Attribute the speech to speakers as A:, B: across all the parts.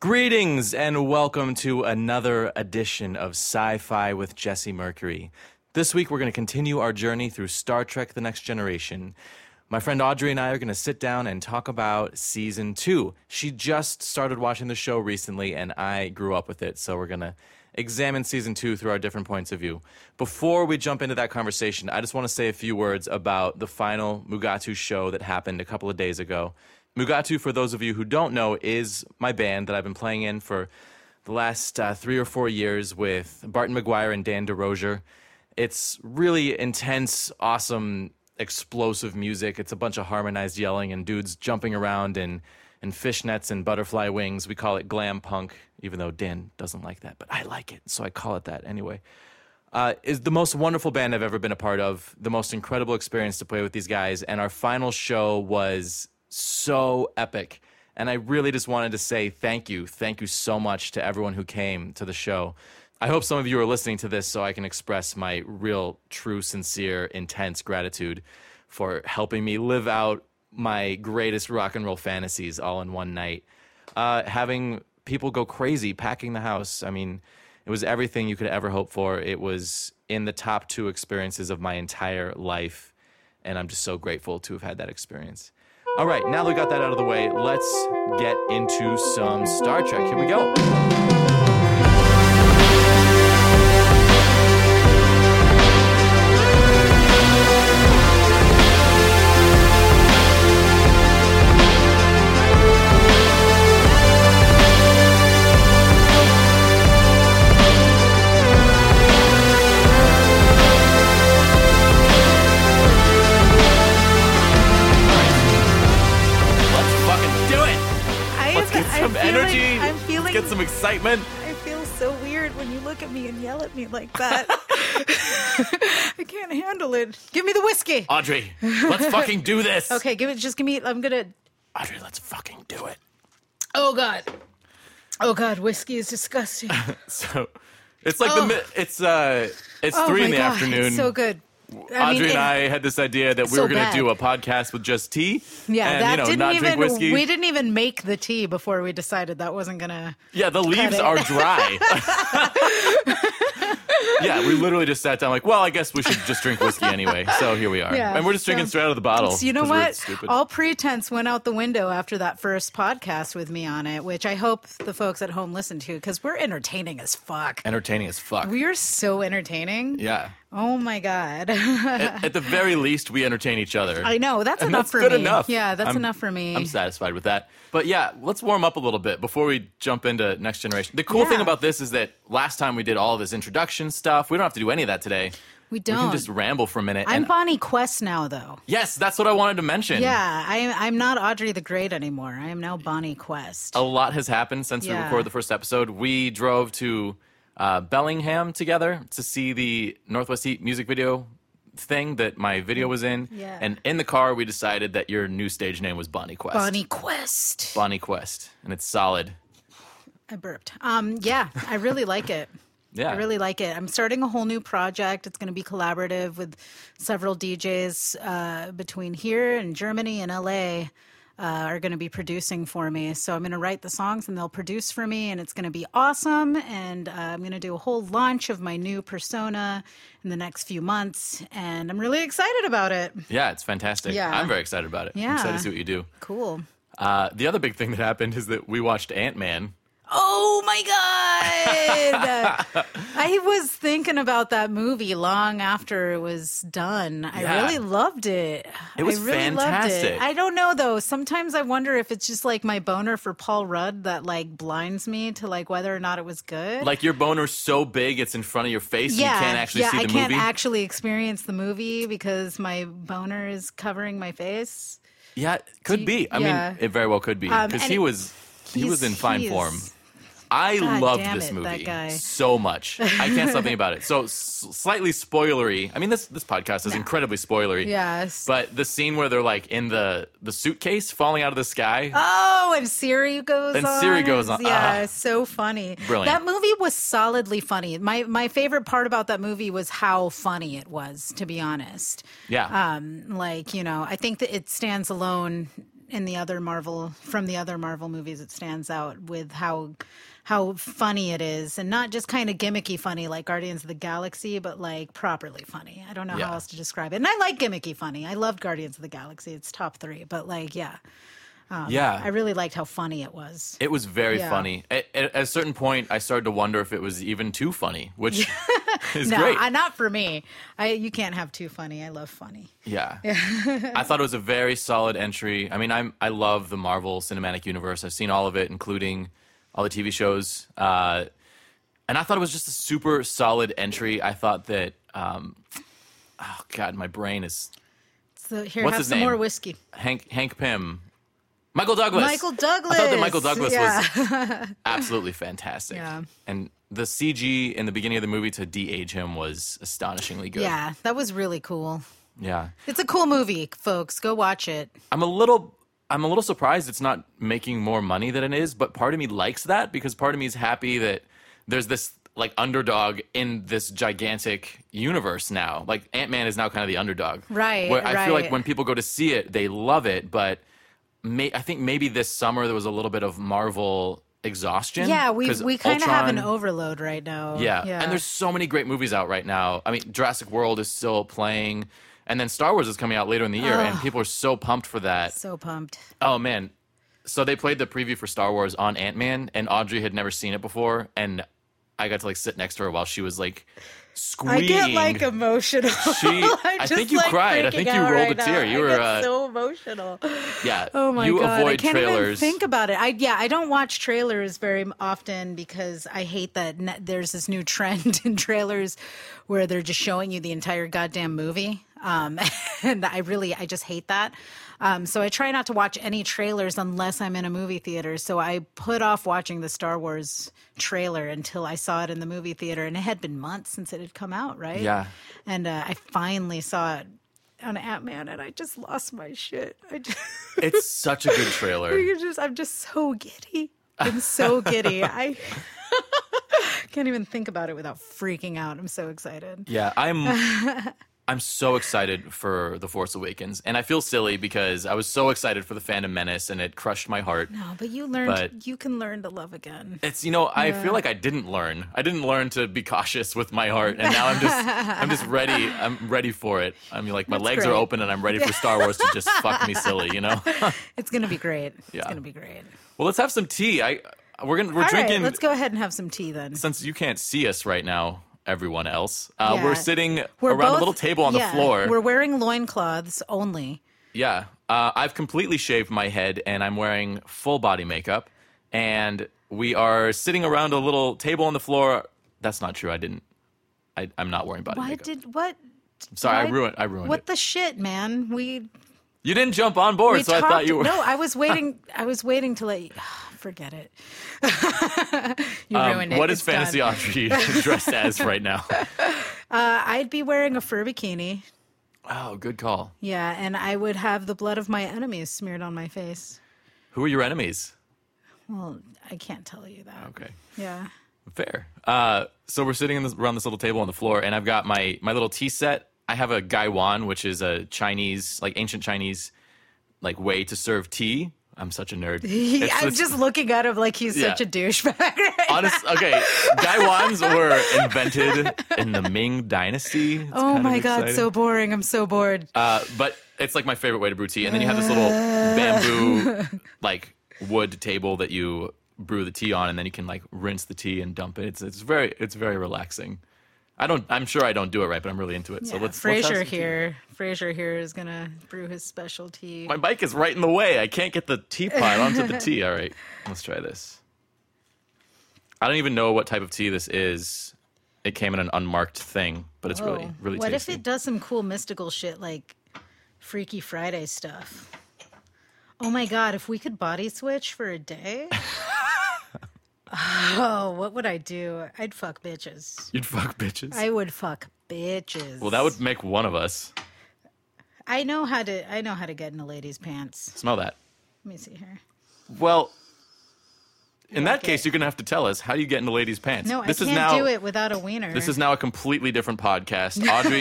A: Greetings and welcome to another edition of Sci Fi with Jesse Mercury. This week, we're going to continue our journey through Star Trek The Next Generation. My friend Audrey and I are going to sit down and talk about season two. She just started watching the show recently, and I grew up with it, so we're going to examine season two through our different points of view. Before we jump into that conversation, I just want to say a few words about the final Mugatu show that happened a couple of days ago. Mugatu, for those of you who don't know, is my band that I've been playing in for the last uh, three or four years with Barton McGuire and Dan DeRozier. It's really intense, awesome, explosive music. It's a bunch of harmonized yelling and dudes jumping around in, in fishnets and butterfly wings. We call it glam punk, even though Dan doesn't like that, but I like it, so I call it that anyway uh, is the most wonderful band I've ever been a part of. The most incredible experience to play with these guys. And our final show was so epic. And I really just wanted to say thank you. Thank you so much to everyone who came to the show. I hope some of you are listening to this so I can express my real, true, sincere, intense gratitude for helping me live out my greatest rock and roll fantasies all in one night. Uh, having people go crazy, packing the house. I mean, it was everything you could ever hope for. It was in the top two experiences of my entire life. And I'm just so grateful to have had that experience. All right, now that we got that out of the way, let's get into some Star Trek. Here we go. Let's fucking do it.
B: I
A: Let's
B: am-
A: get
B: I'm
A: some
B: feeling-
A: energy.
B: I'm feeling.
A: Let's get some excitement.
B: I feel so weird when you look at me and yell at me like that. I can't handle it. Give me the whiskey.
A: Audrey, let's fucking do this.
B: Okay, give it. Just give me. I'm gonna.
A: Audrey, let's fucking do it.
B: Oh god. Oh god, whiskey is disgusting.
A: So it's like the
B: Oh.
A: mi- it's uh it's
B: Oh
A: three in
B: my
A: the
B: God,
A: afternoon.
B: It's so good. I
A: Audrey
B: mean,
A: and
B: it-
A: I had this idea that we
B: so
A: were going to
B: bad.
A: do a podcast with just tea.
B: Yeah,
A: and,
B: that
A: you know,
B: didn't
A: not
B: even.
A: drink whiskey.
B: We didn't even make the tea before we decided that wasn't gonna.
A: Yeah, the leaves
B: it.
A: are dry. yeah, we literally just sat down like, well, I guess we should just drink whiskey anyway. So here we are.
B: Yeah,
A: and we're just drinking
B: so-
A: straight out of the bottle.
B: So you know
A: 'cause we're
B: what?
A: Stupid.
B: All pretense went out the window after that first podcast with me on it, which I hope the folks at home listen to because we're entertaining as fuck.
A: Entertaining as fuck.
B: We are so entertaining.
A: yeah.
B: Oh my god.
A: At, at the very least, we entertain each other.
B: I know that's
A: And
B: enough
A: that's
B: for
A: good
B: me.
A: enough.
B: Yeah, that's
A: I'm-
B: enough for me.
A: I'm satisfied with that. But yeah, let's warm up a little bit before we jump into next generation. The cool
B: Yeah.
A: thing about this is that last time we did all this introduction stuff. We don't have to do any of that today.
B: we
A: We
B: don't.
A: can just ramble for a minute.
B: I'm
A: and-
B: Bonnie Quest now, though.
A: yes, that's what I wanted to mention.
B: Yeah, I, I'm not Audrey the Great anymore. I am now Bonnie Quest.
A: a lot has happened since we
B: Yeah.
A: recorded the first episode. We drove to uh, Bellingham together to see the Northwest Heat music video thing that my video was in.
B: Yeah.
A: And in the car, we decided that your new stage name was Bonnie Quest.
B: Bonnie Quest.
A: Bonnie Quest, and it's solid.
B: I burped. Um, yeah, I really like it.
A: Yeah.
B: I really like it. I'm starting a whole new project. It's going to be collaborative with several DJs uh, between here and Germany and LA. Uh, are going to be producing for me. So I'm going to write the songs and they'll produce for me, and it's going to be awesome. And uh, I'm going to do a whole launch of my new persona in the next few months, and I'm really excited about it.
A: Yeah, it's fantastic.
B: Yeah.
A: I'm very excited about it. I'm
B: Yeah.
A: excited to see what you do.
B: Cool.
A: Uh, the other big thing that happened is that we watched Ant Man.
B: Oh my God. I was thinking about that movie long after it was done.
A: Yeah.
B: I really loved it.
A: It was
B: I really Loved
A: fantastic.
B: it. I don't know though. Sometimes I wonder if it's just like my boner for Paul Rudd that like blinds me to like whether or not it was good.
A: Like your boner's so big, it's in front of your face. and
B: yeah,
A: you can't actually
B: yeah,
A: see the
B: I can't
A: movie.
B: actually experience the movie because my boner is covering my face.
A: yeah, could
B: you-
A: be. I
B: yeah.
A: mean, it very well could be
B: Um,
A: because
B: and
A: he
B: it-
A: was he
B: he's-
A: was in fine
B: he is-
A: form. I
B: God
A: loved
B: damn
A: this
B: it, that
A: movie
B: guy.
A: so much. I can't stop thinking about it. So s- slightly spoilery. I mean, this this podcast is incredibly spoilery.
B: Yes.
A: But the scene where they're like in the the suitcase falling out of the sky.
B: Oh, and Siri goes
A: And
B: on.
A: Siri goes on.
B: Yeah,
A: Ah.
B: it's so funny.
A: Brilliant.
B: That movie was solidly funny. My my favorite part about that movie was how funny it was, to be honest.
A: yeah.
B: Um, like, you know, I think that it stands alone in the other Marvel from the other Marvel movies. It stands out with how how funny it is, and not just kind of gimmicky funny like Guardians of the Galaxy, but like properly funny. I don't know
A: Yeah.
B: how else to describe it. And I like gimmicky funny. I loved Guardians of the Galaxy. It's top three, but like yeah,
A: yeah.
B: I really liked how funny it was.
A: It was very
B: Yeah.
A: funny. At, at a certain point, I started to wonder if it was even too funny, which is
B: no,
A: great.
B: I, not for me. I you can't have too funny. I love funny.
A: yeah, I thought it was a very solid entry. I mean, I'm I love the Marvel Cinematic Universe. I've seen all of it, including all the TV shows. Uh, and I thought it was just a super solid entry. I thought that, um, oh god, my brain is
B: So here,
A: What's
B: have
A: his
B: some
A: name?
B: more whiskey.
A: Hank Hank Pym, Michael Douglas.
B: Michael
A: I
B: Douglas.
A: thought that Michael Douglas
B: yeah.
A: was absolutely fantastic.
B: Yeah.
A: And the CG in the beginning of the movie to de-age him was astonishingly good.
B: Yeah, that was really cool.
A: Yeah.
B: It's a cool movie, folks. Go watch it.
A: I'm a little I'm a little surprised it's not making more money than it is, but part of me likes that because part of me is happy that there's this like underdog in this gigantic universe now. Like Ant-Man is now kind of the underdog.
B: Right,
A: Where I feel like
B: right.
A: when people go to see it, they love it, but may, I think maybe this summer there was a little bit of Marvel exhaustion.
B: Yeah, we
A: 'cause
B: we kind of have an
A: Ultron-
B: overload right now.
A: Yeah. And there's so many great movies out right now. I mean, Jurassic World is still playing, and then Star Wars is coming out later in the year, and people are so pumped for that.
B: so pumped.
A: Oh, man. So they played the preview for Star Wars on Ant Man, and Audrey had never seen it before, and I got to like sit next to her while she was like
B: I
A: squealing.
B: get like emotional.
A: She- I
B: I'm
A: think
B: just,
A: you
B: like,
A: cried. I think
B: freaking
A: you
B: out
A: rolled
B: right
A: a tear.
B: now.
A: You
B: I
A: were,
B: get
A: uh,
B: so emotional.
A: yeah.
B: Oh my
A: you
B: god!
A: avoid
B: I can't even
A: trailers.
B: think about it. I yeah, I don't watch trailers very m- often because I hate that ne- there's this new trend in trailers where they're just showing you the entire goddamn movie. Um, and I really, I just hate that. Um, so I try not to watch any trailers unless I'm in a movie theater. So I put off watching the Star Wars trailer until I saw it in the movie theater, and it had been months since it had come out, right?
A: Yeah.
B: And uh, I finally saw it on Ant Man, and I just lost my shit. I just.
A: it's such a good trailer.
B: You're just, I'm just so giddy. I'm so giddy. I can't even think about it without freaking out. I'm so excited.
A: Yeah, I'm I'm so excited for The Force Awakens. And I feel silly because I was so excited for The Phantom Menace and it crushed my heart.
B: No, but you learned
A: But-
B: you can learn to love again.
A: It's you know I feel like I didn't learn. I didn't learn to be cautious with my heart, and now I'm just I'm just ready. I'm ready for it. I'm like my legs are
B: great.
A: open, and I'm ready for Star Wars to just fuck me silly. You know. well,
B: It's gonna be great.
A: Yeah.
B: It's gonna be great.
A: let's have some tea. I we're gonna we're
B: All
A: drinking
B: right, let's go ahead and have some tea then.
A: since you can't see us right now. Everyone else, uh,
B: Yeah.
A: we're sitting
B: We're
A: around a
B: both-
A: little table on
B: yeah,
A: the floor.
B: We're wearing loincloths only.
A: Yeah. Uh, I've completely shaved my head and I'm wearing full body makeup. And we are sitting around a little table on the floor. That's not true. I didn't. I, I'm not wearing body
B: Why
A: makeup.
B: did what?
A: Sorry, I
B: why-
A: ruined. I ruined
B: What
A: it.
B: the shit, man? We
A: you didn't jump on board,
B: we
A: so
B: talked.
A: I thought you were.
B: No, I was waiting. I was waiting to let you. Forget it. you
A: Um,
B: ruined it.
A: what is
B: It's done.
A: fantasy Audrey dressed as right now?
B: I'd be wearing a fur bikini.
A: Oh, good call.
B: Yeah, and I would have the blood of my enemies smeared on my face.
A: Who are your enemies?
B: Well, I can't tell you that.
A: Okay.
B: Yeah.
A: Fair. Uh, so we're sitting in this, around this little table on the floor, and I've got my my little tea set. I have a gaiwan, which is a Chinese, like ancient Chinese, like way to serve tea. I'm such a nerd. It's-
B: I'm
A: it's-
B: just looking at him like he's
A: Yeah.
B: such a douchebag. Right?
A: honest. Okay, gaiwans were invented in the Ming Dynasty. It's
B: oh
A: kind of
B: my god,
A: exciting.
B: so boring. I'm so bored.
A: Uh, but it's like my favorite way to brew tea. And then you have this little bamboo, like wood table that you brew the tea on, and then you can like rinse the tea and dump it. It's it's very it's very relaxing. I don't. I'm sure I don't do it right, but I'm really into it. So
B: Yeah,
A: let's. let's have
B: Frasier
A: some tea.
B: here. Frasier here is gonna brew his specialty.
A: My bike is right in the way. I can't get the teapot onto the tea. All right, let's try this. I don't even know what type of tea this is. It came in an unmarked thing, but it's really really
B: Oh, what
A: tasty.
B: if it does some cool mystical shit like Freaky Friday stuff? Oh my god, if we could body switch for a day. oh, what would I do? I'd fuck bitches.
A: You'd fuck bitches.
B: I would fuck bitches.
A: well, that would make one of us
B: I know how to I know how to get in a lady's pants.
A: smell that.
B: Let me see here.
A: Well, in that case, you're going to have to tell us how do you get into ladies' pants.
B: No,
A: this
B: I
A: is
B: can't
A: now,
B: do it without a wiener.
A: This is now a completely different podcast. Audrey,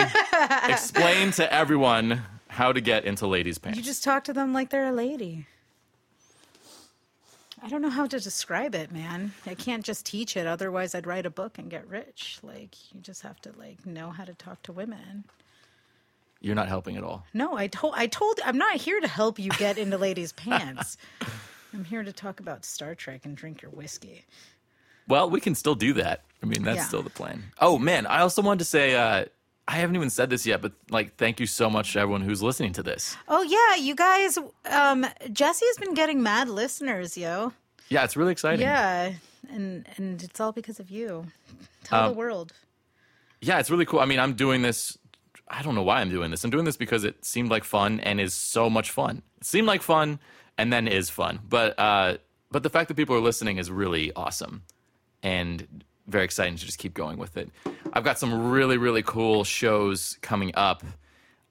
A: explain to everyone how to get into ladies' pants.
B: you just talk to them like they're a lady. I don't know how to describe it, man. I can't just teach it. Otherwise, I'd write a book and get rich. Like, you just have to like know how to talk to women.
A: You're not helping at all.
B: No, I told I told I'm not here to help you get into ladies' pants. I'm here to talk about Star Trek and drink your whiskey.
A: Well, we can still do that. I mean, that's
B: Yeah.
A: still the plan. Oh man, I also wanted to say uh, I haven't even said this yet, but like, thank you so much to everyone who's listening to this.
B: Oh yeah, you guys. Um, Jesse's been getting mad listeners, yo.
A: Yeah, it's really exciting.
B: Yeah, and and it's all because of you. Tell the world.
A: Yeah, it's really cool. I mean, I'm doing this. I don't know why I'm doing this. I'm doing this because it seemed like fun and is so much fun. It seemed like fun and then is fun. But uh, but the fact that people are listening is really awesome and very exciting to just keep going with it. I've got some really really cool shows coming up.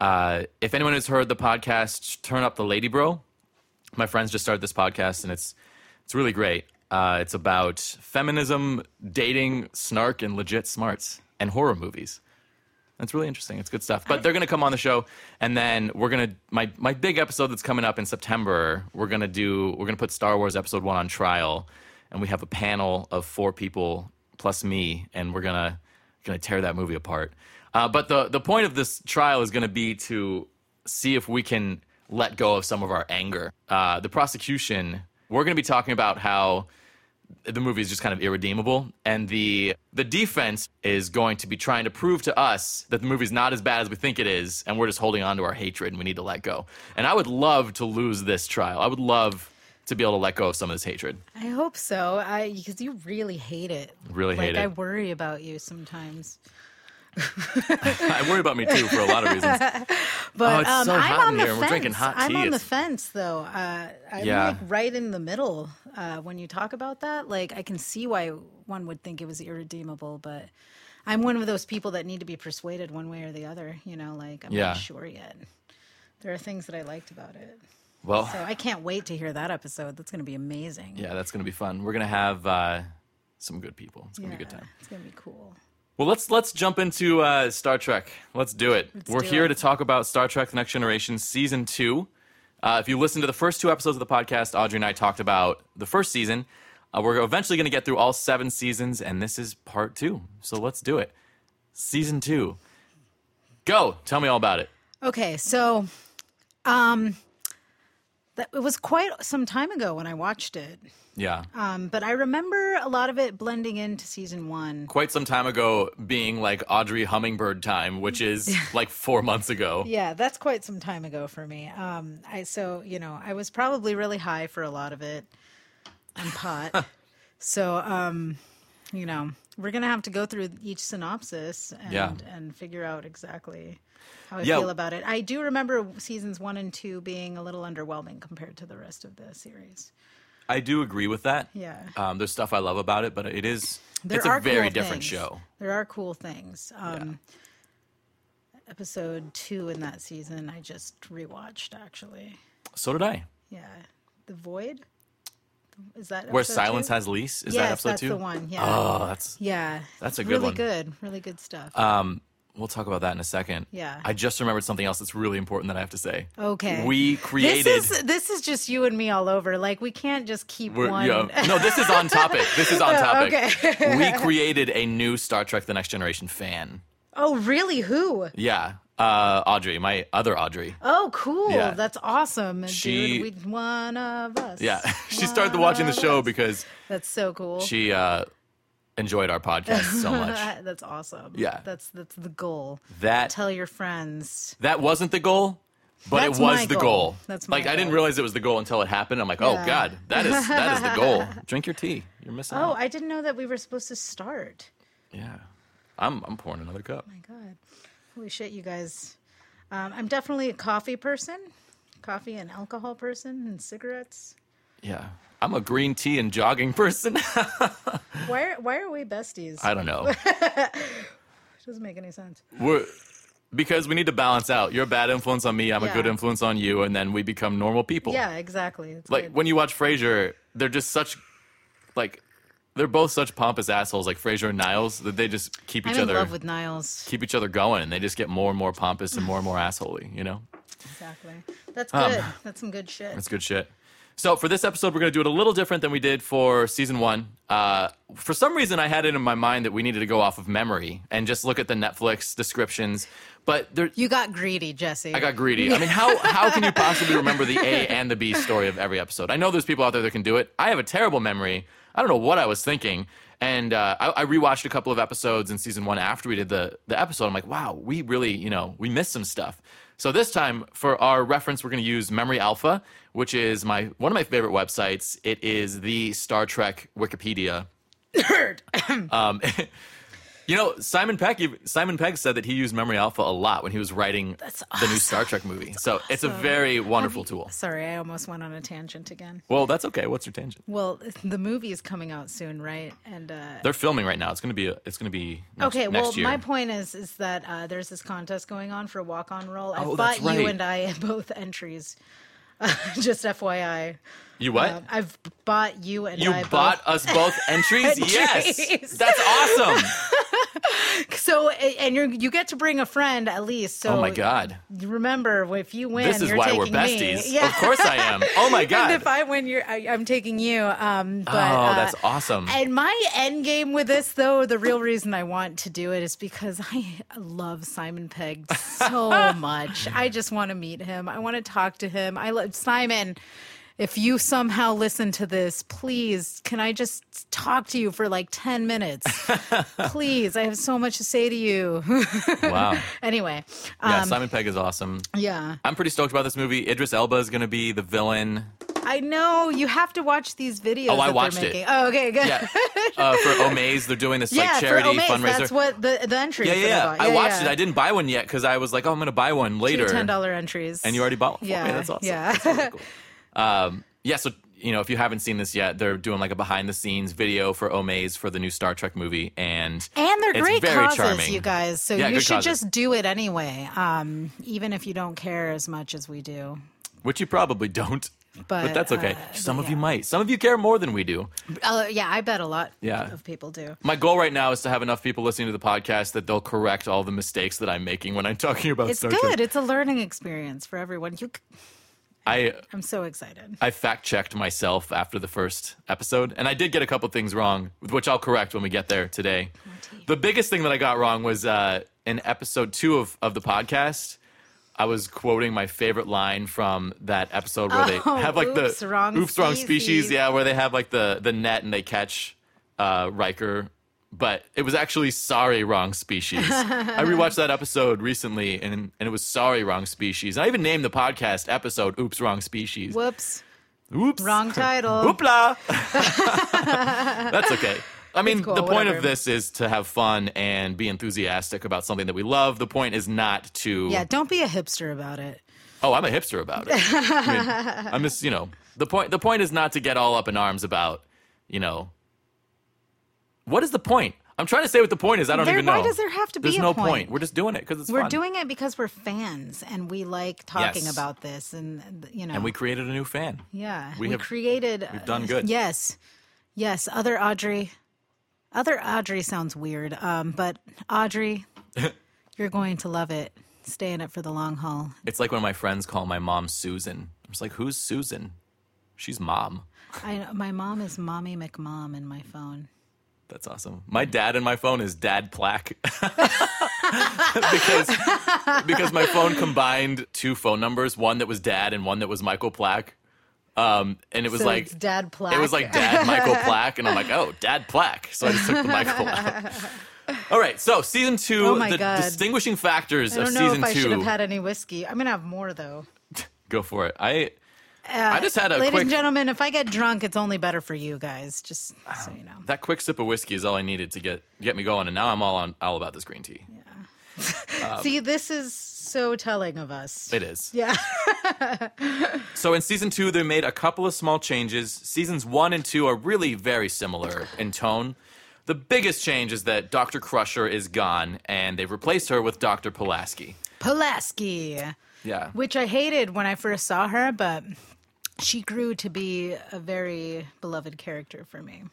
A: Uh, if anyone has heard the podcast, turn up the Lady Bro. My friends just started this podcast and it's it's really great. Uh, it's about feminism, dating, snark, and legit smarts, and horror movies. That's really interesting. It's good stuff. But they're going to come on the show, and then we're going to my my big episode that's coming up in September. We're going to do we're going to put Star Wars Episode One on trial, and we have a panel of four people plus me, and we're gonna gonna tear that movie apart. Uh, but the the point of this trial is going to be to see if we can let go of some of our anger. Uh, the prosecution. We're going to be talking about how the movie is just kind of irredeemable and the the defense is going to be trying to prove to us that the movie's not as bad as we think it is and we're just holding on to our hatred and we need to let go and i would love to lose this trial i would love to be able to let go of some of this hatred
B: I hope so. I because you really hate it.
A: Really
B: like,
A: hate
B: I
A: it.
B: worry about you sometimes.
A: i worry about me too for a lot of reasons
B: But
A: Oh, it's
B: um,
A: so hot
B: I'm on
A: in
B: the
A: here.
B: fence.
A: We're drinking hot
B: I'm
A: tea.
B: on the
A: It's-
B: fence though. Uh, I'm
A: Yeah.
B: like right in the middle uh, when you talk about that. Like I can see why one would think it was irredeemable, but I'm one of those people that need to be persuaded one way or the other. You know, like I'm
A: Yeah.
B: not sure yet. There are things that I liked about it,
A: well
B: so I can't wait to hear that episode. That's going to be amazing.
A: yeah that's gonna be fun we're gonna have uh, some good people it's gonna be a good
B: Yeah,
A: time
B: It's going to be cool.
A: Well, let's let's jump into uh, Star Trek. Let's do it. We're
B: do
A: here
B: it.
A: to talk about Star Trek: The Next Generation, season two. Uh, if you listen to the first two episodes of the podcast, Audrey and I talked about the first season. Uh, we're eventually going to get through all seven seasons, and this is part two. So let's do it. Season two. Go. Tell me all about it.
B: Okay, so um that it was quite some time ago when I watched it.
A: Yeah.
B: Um but I remember a lot of it blending into season 1.
A: Quite some time ago, being like Audrey Hummingbird time, which is like four months ago.
B: Yeah, that's quite some time ago for me. Um I so, you know, I was probably really high for a lot of it on pot. so, um you know, we're going to have to go through each synopsis and
A: Yeah.
B: and figure out exactly how I
A: Yeah.
B: feel about it. I do remember seasons 1 and 2 being a little underwhelming compared to the rest of the series.
A: I do agree with that.
B: Yeah.
A: Um, there's stuff I love about it, but it is
B: There
A: it's a
B: are
A: very
B: cool
A: different
B: things.
A: show.
B: There are cool things. Um, Episode two in that season, I just rewatched actually.
A: So did I.
B: Yeah, the void. Is that
A: Where
B: episode
A: silence
B: two?
A: has lease. Is
B: yes,
A: that episode
B: that's
A: two?
B: the one. Yeah,
A: Oh, that's
B: yeah.
A: that's a good
B: really
A: one. Uh,
B: good, really good stuff.
A: we'll talk about that in a second.
B: Yeah.
A: I just remembered something else that's really important that I have to say.
B: okay,
A: We created
B: This is this is just you and me all over. Like we can't just keep
A: we're-
B: one.
A: yeah. No, this is on topic. This is on topic.
B: okay.
A: we created a new Star Trek the Next Generation fan.
B: Oh really? Who?
A: Yeah. Uh, Audrey, my other Audrey.
B: Oh cool.
A: Yeah.
B: That's awesome,
A: She-
B: dude. We one of us.
A: Yeah. she started watching the show because
B: That's so cool.
A: she uh, enjoyed our podcast so much.
B: that's awesome.
A: Yeah.
B: That's that's the goal.
A: That
B: Tell your friends.
A: that wasn't the goal, but
B: That's
A: it was
B: my
A: the
B: goal.
A: goal.
B: That's
A: like
B: my
A: I didn't
B: goal.
A: realize it was the goal until it happened. I'm like, oh
B: Yeah.
A: god, that is that is the goal. Drink your tea. You're missing.
B: Oh,
A: out.
B: I didn't know that we were supposed to start.
A: yeah. I'm I'm pouring another cup.
B: Oh My God. Holy shit, you guys. Um, I'm definitely a coffee person. Coffee and alcohol person and cigarettes.
A: Yeah. I'm a green tea and jogging person.
B: Why are, why are we besties?
A: I don't know.
B: doesn't make any sense.
A: We're because we need to balance out. You're a bad influence on me. I'm a
B: Yeah.
A: good influence on you, and then we become normal people.
B: Yeah, exactly. It's
A: Like
B: good.
A: when you watch Frasier, they're just such like they're both such pompous assholes, like Frasier and Niles, that they just keep each
B: I'm in
A: other
B: love with Niles.
A: keep each other going and they just get more and more pompous and more and more assholey, you know? Um,
B: Exactly. That's good. that's some good shit.
A: That's good shit. So for this episode, we're going to do it a little different than we did for season one. Uh, for some reason, I had it in my mind that we needed to go off of memory and just look at the Netflix descriptions. But there,
B: You got greedy, Jesse.
A: I got greedy. I mean, how how can you possibly remember the A and the B story of every episode? I know there's people out there that can do it. I have a terrible memory. I don't know what I was thinking. And uh, I, I rewatched a couple of episodes in season one after we did the the episode. I'm like, wow, we really, you know, we missed some stuff. So this time for our reference, we're going to use Memory Alpha, which is my one of my favorite websites. It is the Star Trek Wikipedia. Um, you know, Simon Peck. Simon Pegg said that he used Memory Alpha a lot when he was writing the new Star Trek movie. so it's a very wonderful tool.
B: Sorry, I almost went on a tangent again.
A: Well, that's okay. What's your tangent?
B: Well, the movie is coming out soon, right? And uh,
A: They're filming right now. It's gonna be. A, it's gonna be. Next,
B: Okay,
A: Next
B: well,
A: year.
B: my point is is that uh, there's this contest going on for walk on roll. I
A: Oh, that's
B: bought you
A: right.
B: and I both entries. Just FYI,
A: You what?
B: Um, I've bought you and
A: you
B: I
A: bought us both entries. Yes,
B: Entries.
A: that's awesome.
B: both. So a- and you you get to bring a friend at least. So
A: Oh my god,
B: Remember, if you win,
A: this is
B: you're
A: why
B: taking
A: we're besties.
B: Me. Yeah.
A: Of course I am. Oh my god.
B: And if I win, you're I, I'm taking you. Um, but,
A: oh,
B: uh,
A: that's awesome.
B: And my end game with this, though, the real reason I want to do it is because I love Simon Pegg so much. I just want to meet him. I want to talk to him. I love Simon. If you somehow listen to this, please, can I just talk to you for like 10 minutes? please, I have so much to say to you.
A: wow.
B: anyway, um,
A: Yeah, Simon Pegg is awesome.
B: yeah.
A: I'm pretty stoked about this movie. Idris Elba is gonna be the villain.
B: I know you have to watch these videos.
A: I
B: that they're
A: watched it.
B: making. Oh, okay, good.
A: Yeah, uh, for Omaze, they're doing this
B: Yeah,
A: like charity
B: for Omaze,
A: fundraiser.
B: That's what the, the entries.
A: Yeah, yeah, yeah.
B: That I,
A: I
B: bought.
A: watched it. I didn't buy one yet because I was like, oh, I'm going to buy one later.
B: Two ten dollar entries.
A: And you already bought one for
B: Yeah,
A: me. That's awesome.
B: yeah.
A: That's really cool. Um, yeah, so, you know, if you haven't seen this yet, they're doing like a behind the scenes video for Omaze for the new Star Trek movie. And,
B: and they're
A: it's
B: great
A: very
B: causes,
A: charming.
B: you guys. So
A: Yeah,
B: you
A: good
B: should
A: causes.
B: just do it anyway, um, even if you don't care as much as we do.
A: Which you probably don't. But,
B: But,
A: that's okay.
B: uh,
A: Some of
B: yeah.
A: you might. Some of you care more than we do.
B: Uh, yeah, I bet a lot
A: Yeah.
B: of people do.
A: My goal right now is to have enough people listening to the podcast that they'll correct all the mistakes that I'm making when I'm talking about
B: It's
A: Star
B: good.
A: Trek.
B: It's a learning experience for everyone. You, c-
A: I
B: I'm so excited.
A: I fact checked myself after the first episode, and I did get a couple things wrong, which I'll correct when we get there today. The biggest thing that I got wrong was uh, in episode two of, of the podcast. I was quoting my favorite line from that episode where they
B: Oh,
A: have like
B: oops,
A: the
B: wrong
A: oops wrong species,
B: species.
A: yeah, where they have like the the net and they catch uh, Riker, but it was actually sorry wrong species. I rewatched that episode recently, and and it was sorry wrong species. And I even named the podcast episode "Oops Wrong Species."
B: Whoops,
A: Oops.
B: wrong title.
A: Hoopla. That's okay. I mean,
B: It's cool,
A: the point
B: whatever.
A: of this is to have fun and be enthusiastic about something that we love. The point is not to,
B: Yeah, don't be a hipster about it.
A: oh, I'm a hipster about it. I mean, I'm just, you know, the point. The point is not to get all up in arms about, you know, what is the point? I'm trying to say what the point is. I don't
B: There-
A: even know.
B: why does there have to be
A: There's
B: a
A: no
B: point?
A: We're just doing it because it's
B: We're
A: fun.
B: doing it because we're fans and we like talking
A: Yes.
B: about this, and you know,
A: and we created a new fan.
B: yeah,
A: we
B: we,
A: have-
B: created. We've
A: done good.
B: Yes, yes. Other Audrey, other Audrey sounds weird, um, but Audrey, you're going to love it. Stay in it for the long haul.
A: It's like when my friends call my mom Susan. I'm just like, who's Susan? She's mom.
B: I my mom is mommy McMom in my phone.
A: That's awesome. My dad in my phone is Dad Plaque because because my phone combined two phone numbers, one that was Dad and one that was Michael Plaque, um, and it was
B: so
A: like
B: it's dad plaque.
A: it was like Dad Michael Plaque, and I'm like, oh, Dad Plaque. So I just took the Michael out. All right, so season two,
B: Oh my
A: the
B: God.
A: distinguishing factors
B: I
A: of
B: don't know
A: season
B: if I
A: two.
B: should have had any whiskey. I'm gonna have more though.
A: Go for it. I I just had a
B: Uh, Ladies
A: quick
B: and gentlemen, if I get drunk, it's only better for you guys. Just so you know.
A: that quick sip of whiskey is all I needed to get get me going, and now I'm all on all about this green tea. Um,
B: See, this is so telling of us.
A: It is.
B: Yeah.
A: So in season two, they made a couple of small changes. Seasons one and two are really very similar in tone. The biggest change is that Dr. Crusher is gone and they've replaced her with Dr. Pulaski.
B: Pulaski,
A: Yeah.
B: which I hated when I first saw her, but she grew to be a very beloved character for me.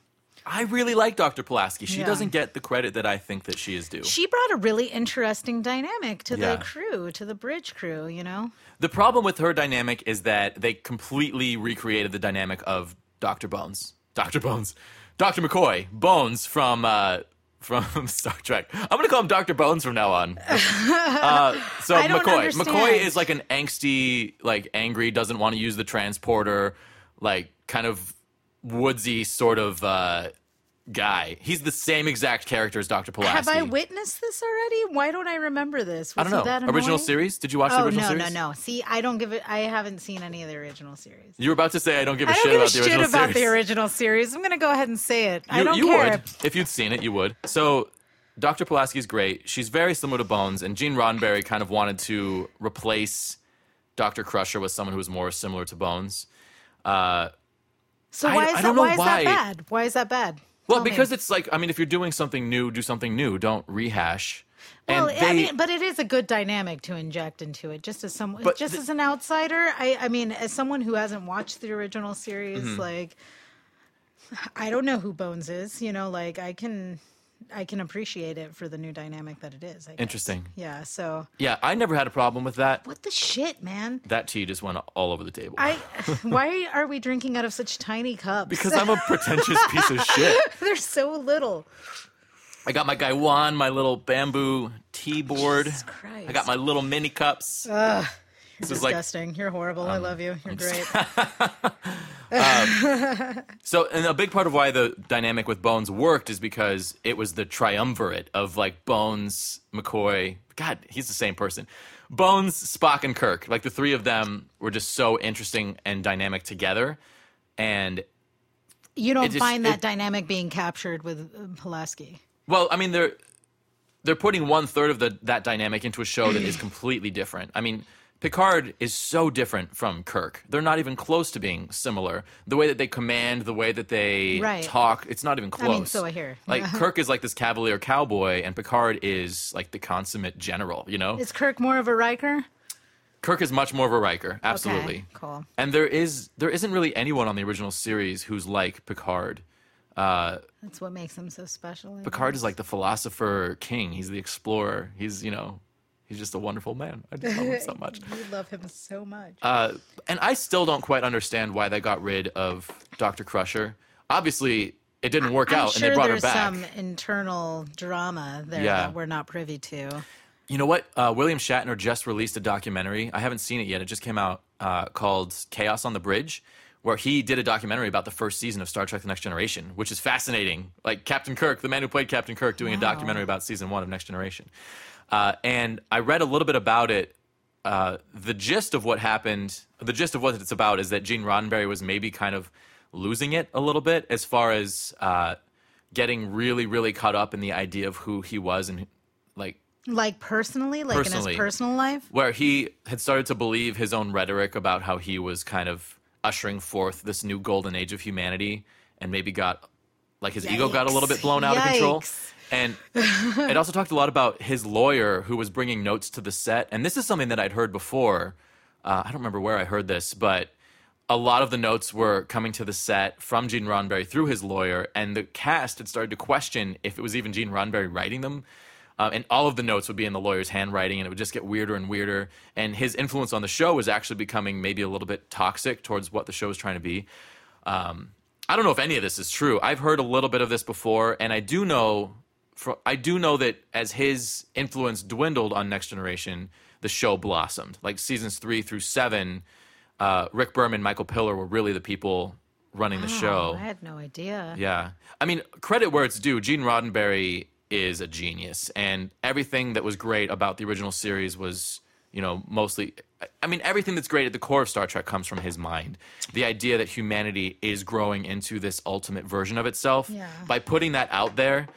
A: I really like Dr. Pulaski. She
B: Yeah.
A: doesn't get the credit that I think that she is due.
B: She brought a really interesting dynamic to
A: Yeah.
B: the crew, to the bridge crew, you know?
A: the problem with her dynamic is that they completely recreated the dynamic of Dr. Bones. Dr. Bones. Dr. McCoy. Bones from uh from Star Trek. I'm going to call him Dr. Bones from now on. Uh, so
B: I don't
A: McCoy.
B: understand.
A: McCoy is like an angsty, like angry, doesn't want to use the transporter, like kind of woodsy sort of uh, guy. He's the same exact character as Dr. Pulaski.
B: Have I witnessed this already? Why don't I remember this? Was
A: I don't
B: he
A: know.
B: that
A: original
B: annoying?
A: series? Did you watch the
B: Oh,
A: original
B: no,
A: series?
B: no, no. See, I don't give it, I haven't seen any of the original series.
A: You were about to say I don't give a
B: I don't
A: shit
B: give a
A: about the
B: shit
A: original
B: about
A: series.
B: the original series. I'm going to go ahead and say it. I
A: You-
B: don't
A: you
B: care.
A: would. If you'd seen it, you would. So Dr. Pulaski's great. She's very similar to Bones, and Gene Roddenberry kind of wanted to replace Dr. Crusher with someone who was more similar to Bones. Uh,
B: So
A: I-
B: why
A: I
B: is,
A: don't
B: that,
A: know
B: why is
A: why.
B: that bad? Why is that bad?
A: well,
B: Tell me.
A: because it's like, I mean, if you're doing something new, do something new. Don't rehash.
B: Well,
A: and
B: I
A: they-
B: mean, but it is a good dynamic to inject into it. Just as some,
A: But
B: just
A: the-
B: as an outsider, I, I mean, as someone who hasn't watched the original series,
A: Mm-hmm.
B: like, I don't know who Bones is. You know, like I can, I can appreciate it for the new dynamic that it is. I guess.
A: Interesting.
B: Yeah. So
A: yeah, I never had a problem with that.
B: what the shit, man?
A: That tea just went all over the table.
B: I, why are we drinking out of such tiny cups?
A: because I'm a pretentious piece of shit.
B: they're so little.
A: I got my gaiwan, my little bamboo tea board.
B: Jesus Christ.
A: I got my little mini cups. this is like Um,
B: Disgusting. You're horrible. I love you. You're great.
A: So, and a big part of why the dynamic with Bones worked is because it was the triumvirate of like Bones, McCoy. God, he's the same person. Bones, Spock, and Kirk. Like the three of them were just so interesting and dynamic together. And
B: You don't
A: It just-
B: find that
A: it-
B: dynamic being captured with uh, Pulaski.
A: well, I mean, they're they're putting one third of the that dynamic into a show that is completely different. I mean, Picard is so different from Kirk. They're not even close to being similar. The way that they command, the way that they
B: Right.
A: talk, it's not even close.
B: mean, so I hear. Uh-huh.
A: Like Kirk is like this cavalier cowboy, and Picard is like the consummate general. You know,
B: Is Kirk more of a Riker?
A: Kirk is much more of a Riker, absolutely.
B: Okay, cool.
A: And there is there isn't really anyone on the original series who's like Picard. Uh,
B: That's what makes him so special. I
A: Picard is like the philosopher king. He's the explorer. He's you know, he's just a wonderful man. I just love him so much.
B: guess. We love him so much.
A: Uh, and I still don't quite understand why they got rid of Doctor Crusher. Obviously, it didn't work
B: I'm
A: out,
B: sure
A: and they brought her
B: there's
A: back.
B: some internal drama there
A: Yeah.
B: that we're not privy to.
A: You know what? Uh, William Shatner just released a documentary. I haven't seen it yet. It just came out uh, called Chaos on the Bridge, where he did a documentary about the first season of Star Trek The Next Generation, which is fascinating. Like Captain Kirk, the man who played Captain Kirk, doing a documentary about season one of Next Generation. Uh, and I read a little bit about it. Uh, the gist of what happened, the gist of what it's about is that Gene Roddenberry was maybe kind of losing it a little bit as far as uh, getting really, really caught up in the idea of who he was and like
B: Like personally, like in
A: Personally.
B: his personal life.
A: where he had started to believe his own rhetoric about how he was kind of ushering forth this new golden age of humanity and maybe got like his ego got a little bit blown out of control
B: Yikes.
A: and it also talked a lot about his lawyer who was bringing notes to the set and this is something that i'd heard before uh, i don't remember where i heard this but a lot of the notes were coming to the set from Gene Roddenberry through his lawyer, and the cast had started to question if it was even Gene Roddenberry writing them. Um, and all of the notes would be in the lawyer's handwriting, and it would just get weirder and weirder. And his influence on the show was actually becoming maybe a little bit toxic towards what the show was trying to be. Um, I don't know if any of this is true. I've heard a little bit of this before, and I do know, fro- I do know that as his influence dwindled on Next Generation, the show blossomed. Like seasons three through seven, uh, Rick Berman, Michael Piller were really the people running the show.
B: I had no idea.
A: Yeah. I mean, credit where it's due. Gene Roddenberry is a genius, and everything that was great about the original series was, you know, mostly. I mean, everything that's great at the core of Star Trek comes from his mind. The idea that humanity is growing into this ultimate version of itself.
B: Yeah.
A: By putting that out there,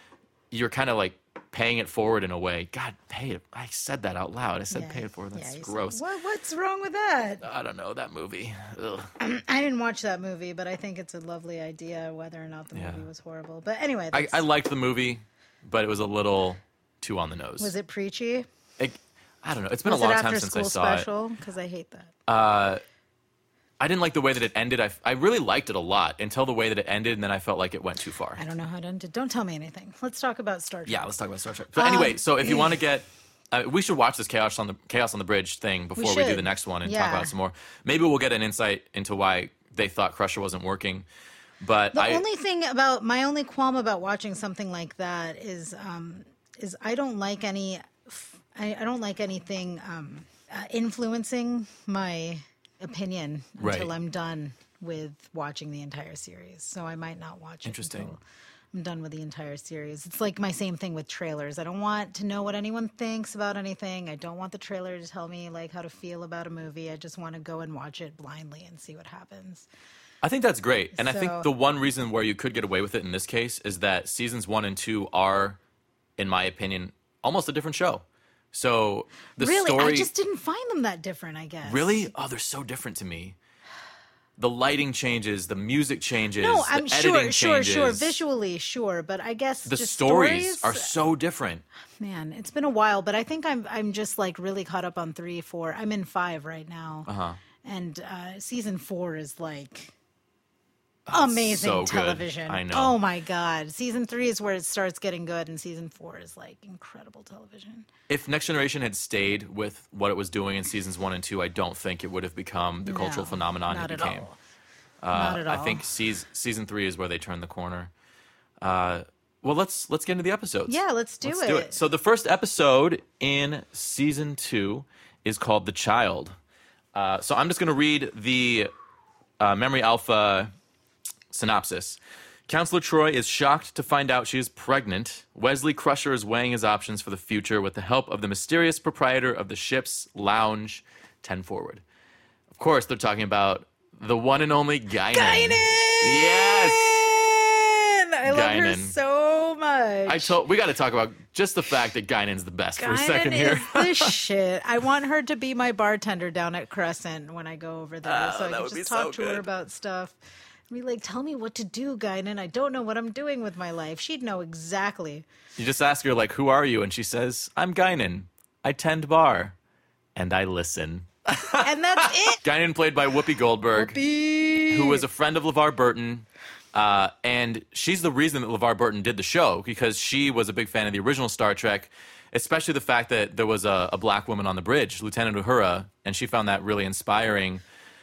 A: you're kind of like paying it forward in a way. God, pay it. I said that out loud. I said
B: Yeah.
A: pay it forward.
B: Yeah,
A: That's
B: you said,
A: gross. Uh.
B: What, what's wrong with that?
A: I don't know that movie. Ugh.
B: I didn't watch that movie, but I think it's a lovely idea whether or not the
A: Yeah.
B: movie was horrible. But anyway,
A: I,
B: that's-
A: I liked the movie, but it was a little too on the nose.
B: was it preachy?
A: It, I don't know. It's been
B: was
A: a long
B: it after
A: time since I
B: school
A: saw
B: special? Because I hate that.
A: it. Uh, I didn't like the way that it ended. I, f- I really liked it a lot until the way that it ended, and then I felt like it went too far.
B: I don't know how to. undo- Don't tell me anything. Let's talk about Star Trek.
A: Yeah, let's talk about Star Trek. But
B: Um,
A: anyway, so if you want to get, uh, we should watch this chaos on the chaos on the bridge thing before we, do
B: should.
A: the next one and
B: Yeah.
A: talk about it some more. Maybe we'll get an insight into why they thought Crusher wasn't working. But
B: The
A: I,
B: only thing about my only qualm about watching something like that is um, is I don't like any f- I, I don't like anything um, uh, influencing my opinion until
A: Right.
B: I'm done with watching the entire series. So I might not watch it.
A: Interesting.
B: until I'm done with the entire series. It's like my same thing with trailers. I don't want to know what anyone thinks about anything. I don't want the trailer to tell me like how to feel about a movie. I just want to go and watch it blindly and see what happens.
A: I think that's great. And I
B: So-
A: think the one reason where you could get away with it in this case is that seasons one and two are, in my opinion, almost a different show. So the
B: really,
A: story
B: I just didn't find them that different. I guess.
A: really, oh, they're so different to me. The lighting changes, the music changes,
B: No,
A: the
B: I'm
A: editing
B: sure, sure, sure.
A: changes.
B: Visually, sure, but I guess
A: the
B: just
A: stories, are so different.
B: Man, it's been a while, but I think I'm I'm just like really caught up on three, four. I'm in five right now, uh-huh. and uh, season four is like. Amazing
A: so good.
B: television.
A: I know.
B: Oh my god. Season 3 is where it starts getting good and season 4 is like incredible television.
A: If Next Generation had stayed with what it was doing in seasons one and two, I don't think it would have become the cultural
B: No,
A: phenomenon
B: Not
A: it
B: at
A: became. uh,
B: all. Not at all.
A: I think seas- season three is where they turn the corner. Uh, well, let's let's get into the episodes.
B: Yeah, let's do
A: Let's
B: it.
A: do it. So the first episode in season two is called "The Child." Uh, so I'm just going to read the uh, Memory Alpha synopsis. Counselor Troy is shocked to find out she is pregnant. Wesley Crusher is weighing his options for the future with the help of the mysterious proprietor of the ship's lounge, Ten Forward. Of course, they're talking about the one and only Guinan.
B: Guinan!
A: Yes.
B: I love her
A: Guinan.
B: so much.
A: I told we got to talk about just the fact that Guinan's the best for a
B: Guinan
A: second here.
B: is the shit. I want her to be my bartender down at Crescent when I go over there, so I
A: Oh, that
B: can
A: would be
B: just talk
A: so
B: to her
A: good.
B: about stuff. Be like, tell me what to do, Guinan. I don't know what I'm doing with my life. She'd know exactly.
A: You just ask her like, "Who are you?" and she says, "I'm Guinan. I tend bar, and I listen."
B: And that's it.
A: Guinan played by Whoopi Goldberg,
B: Be-
A: who was a friend of LeVar Burton. Uh, and she's the reason that LeVar Burton did the show because she was a big fan of the original Star Trek, especially the fact that there was a, a black woman on the bridge, Lieutenant Uhura, and she found that really inspiring.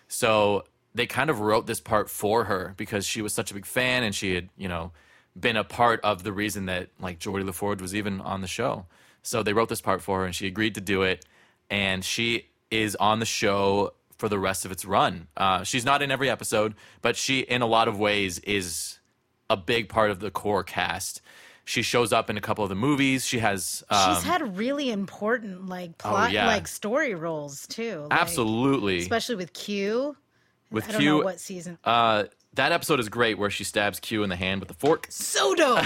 A: So they kind of wrote this part for her because she was such a big fan and she had, you know, been a part of the reason that like Geordie LaForge was even on the show. So they wrote this part for her and she agreed to do it. And she is on the show for the rest of its run. Uh, she's not in every episode, but she, in a lot of ways, is a big part of the core cast. She shows up in a couple of the movies. She has um, oh,
B: She's had really important like plot,
A: yeah.
B: like story roles too. like,
A: absolutely
B: especially with Q.
A: with
B: I don't
A: Q.
B: know what season.
A: uh, that episode is great where she stabs Q in the hand with a fork.
B: so dope.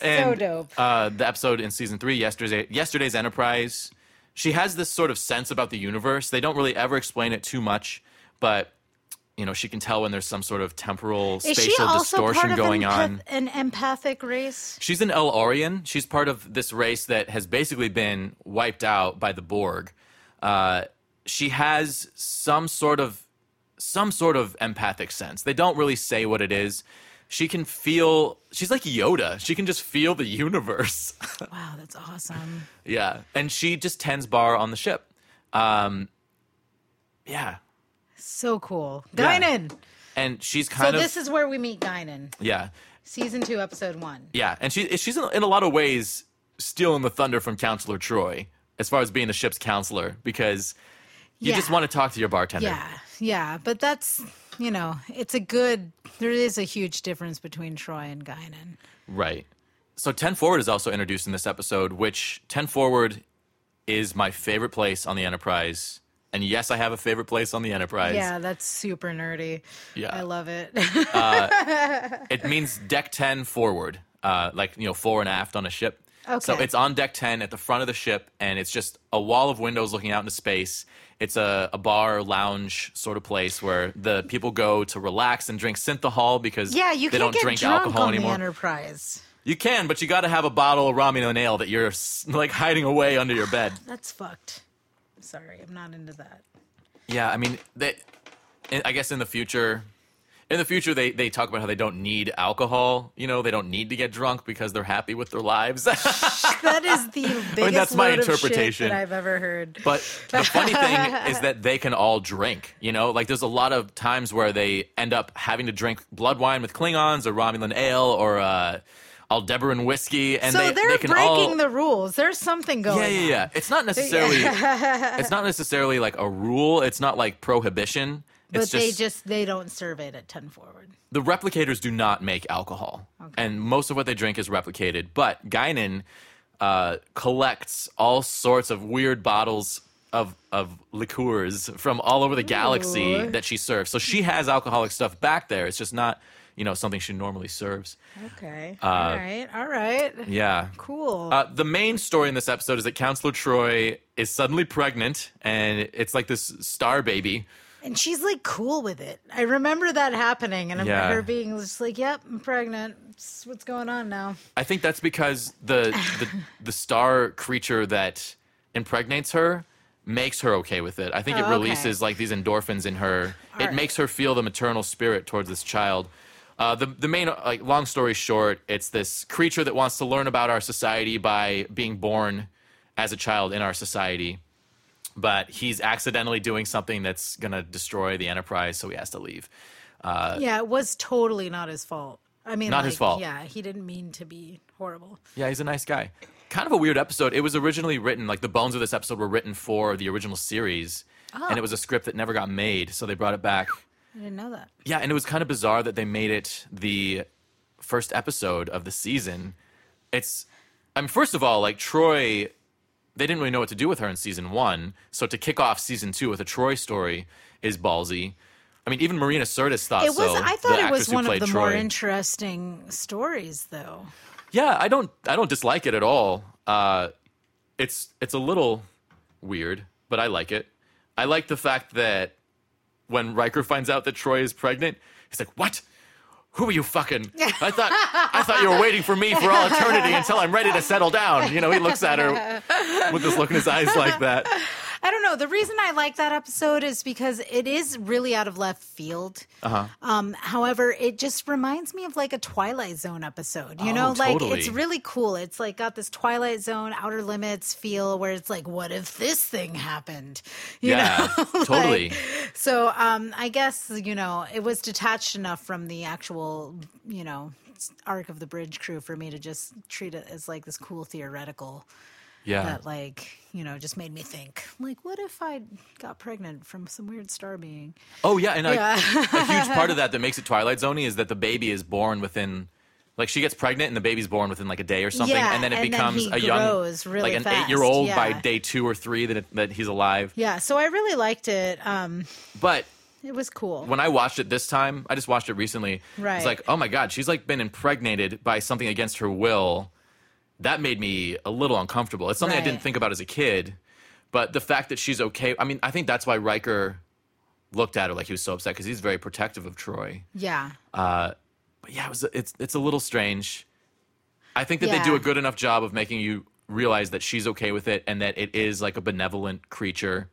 A: And,
B: dope.
A: Uh, the episode in season three, yesterday, yesterday's Enterprise. She has this sort of sense about the universe. They don't really ever explain it too much, but you know she can tell when there's some sort of temporal
B: Is she
A: spatial
B: also part
A: distortion
B: of
A: going
B: empath-
A: on.
B: an empathic race?
A: She's an El Orion. She's part of this race that has basically been wiped out by the Borg. Uh, she has some sort of some sort of empathic sense. They don't really say what it is. She can feel. She's like Yoda. She can just feel the universe.
B: Wow, that's awesome.
A: yeah, and she just tends bar on the ship. Um, yeah,
B: So cool.
A: Yeah.
B: Guinan.
A: and she's
B: So
A: kind of
B: this is where we meet Guinan.
A: yeah.
B: Season two, episode one.
A: Yeah, and she she's in, in a lot of ways stealing the thunder from Counselor Troy as far as being the ship's counselor because you
B: Yeah.
A: just want to talk to your bartender.
B: Yeah. Yeah. But that's you know, it's a good there is a huge difference between Troy and Guinan.
A: Right. So 10 Forward is also introduced in this episode, which 10 Forward is my favorite place on the Enterprise. And yes, I have a favorite place on the Enterprise.
B: Yeah, that's super nerdy.
A: Yeah.
B: I love it.
A: It means deck 10 forward, uh, like, you know, fore and aft on a ship. So
B: Okay.
A: it's on deck 10 at the front of the ship, and it's just a wall of windows looking out into space. It's a, a bar, lounge sort of place where the people go to relax and drink synthahol because
B: yeah, you
A: they
B: can't
A: don't
B: get
A: drink
B: drunk
A: alcohol
B: on
A: anymore.
B: the Enterprise.
A: you can, but you got to have a bottle of ramen o'neill that you're s- like hiding away under your bed.
B: That's fucked. Sorry, I'm not into that.
A: Yeah, I mean, they, in- I guess in the future, in the future they they talk about how they don't need alcohol. You know, they don't need to get drunk because they're happy with their lives.
B: That is the biggest
A: that's my
B: load of shit
A: interpretation.
B: that I've ever heard.
A: But the funny thing is that they can all drink. You know, like there's a lot of times where they end up having to drink blood wine with Klingons or Romulan ale or uh, Aldebaran whiskey, and
B: so
A: they,
B: are
A: they can
B: breaking
A: all.
B: the rules. There's something going
A: yeah, yeah, yeah. It's not necessarily. it's not necessarily like a rule. It's not like prohibition.
B: But
A: It's
B: they just they don't serve it at ten forward.
A: the replicators do not make alcohol, and most of what they drink is replicated. But Guinan uh, collects all sorts of weird bottles of of liqueurs from all over the galaxy
B: Ooh.
A: that she serves. So she has alcoholic stuff back there. It's just not you know something she normally serves.
B: Okay. all right. All right.
A: Uh, Yeah.
B: Cool.
A: Uh, the main story in this episode is that Counselor Troy is suddenly pregnant, and it's like this star baby.
B: and she's like cool with it. I remember that happening, and I'm
A: Yeah.
B: her being just like, "Yep, I'm pregnant. It's what's going on now?"
A: I think that's because the the, the star creature that impregnates her makes her okay with it. I think
B: Oh,
A: it
B: okay.
A: releases like these endorphins in her. it
B: right.
A: makes her feel the maternal spirit towards this child. Uh, the the main like long story short, it's this creature that wants to learn about our society by being born as a child in our society. But he's accidentally doing something that's gonna destroy the enterprise, so he has to leave.
B: yeah, it was totally not his fault. I mean,
A: Uh, Not his
B: like,
A: fault.
B: Yeah, he didn't mean to be horrible.
A: Yeah, he's a nice guy. Kind of a weird episode. It was originally written like the bones of this episode were written for the original series,
B: Ah.
A: and it was a script that never got made, so they brought it back.
B: I didn't know that.
A: Yeah, and it was kind of bizarre that they made it the first episode of the season. It's, I mean, first of all, like Troy, they didn't really know what to do with her in season one, so to kick off season two with a Troy story is ballsy. I mean, even Marina Sirtis thought
B: It was.
A: so.
B: I
A: the
B: thought it
A: actress
B: was
A: who
B: one of
A: played
B: the more
A: Troy.
B: interesting stories, though.
A: Yeah, I don't I don't dislike it at all. Uh, it's it's a little weird, but I like it. I like the fact that when Riker finds out that Troy is pregnant, he's like, "What? Who are you fucking? I thought I thought you were waiting for me for all eternity until I'm ready to settle down." You know, he looks at her with this look in his eyes like that.
B: I don't know. The reason I like that episode is because it is really out of left field.
A: Uh-huh.
B: Um, however, it just reminds me of like a Twilight Zone episode. You
A: Oh,
B: know, like
A: totally.
B: it's really cool. It's like got this Twilight Zone, Outer Limits feel where it's like, what if this thing happened? You
A: yeah,
B: know? Like,
A: totally.
B: so um, I guess you know it was detached enough from the actual you know arc of the bridge crew for me to just treat it as like this cool theoretical
A: Yeah.
B: that like you know just made me think like what if i got pregnant from some weird star being
A: Oh yeah, and a-
B: Yeah.
A: a huge part of that that makes it Twilight Zone is that the baby is born within, like she gets pregnant and the baby's born within like a day or something,
B: Yeah,
A: and then it
B: and then
A: becomes
B: he
A: a young,
B: grows really
A: like an
B: fast,
A: eight-year-old by
B: yeah.
A: day two or three that it, that he's alive.
B: yeah so i really liked it um
A: But
B: it was cool
A: when I watched it this time, I just watched it recently.
B: Right.
A: It's like, oh my god, she's like been impregnated by something against her will. That made me a little uncomfortable. It's something I didn't
B: Right.
A: think about as a kid, but the fact that she's okay. I mean, I think that's why Riker looked at her like he was so upset because he's very protective of Troy.
B: yeah
A: but yeah, it was, it's it's a little strange. I think that they
B: Yeah.
A: do a good enough job of making you realize that she's okay with it and that it is like a benevolent creature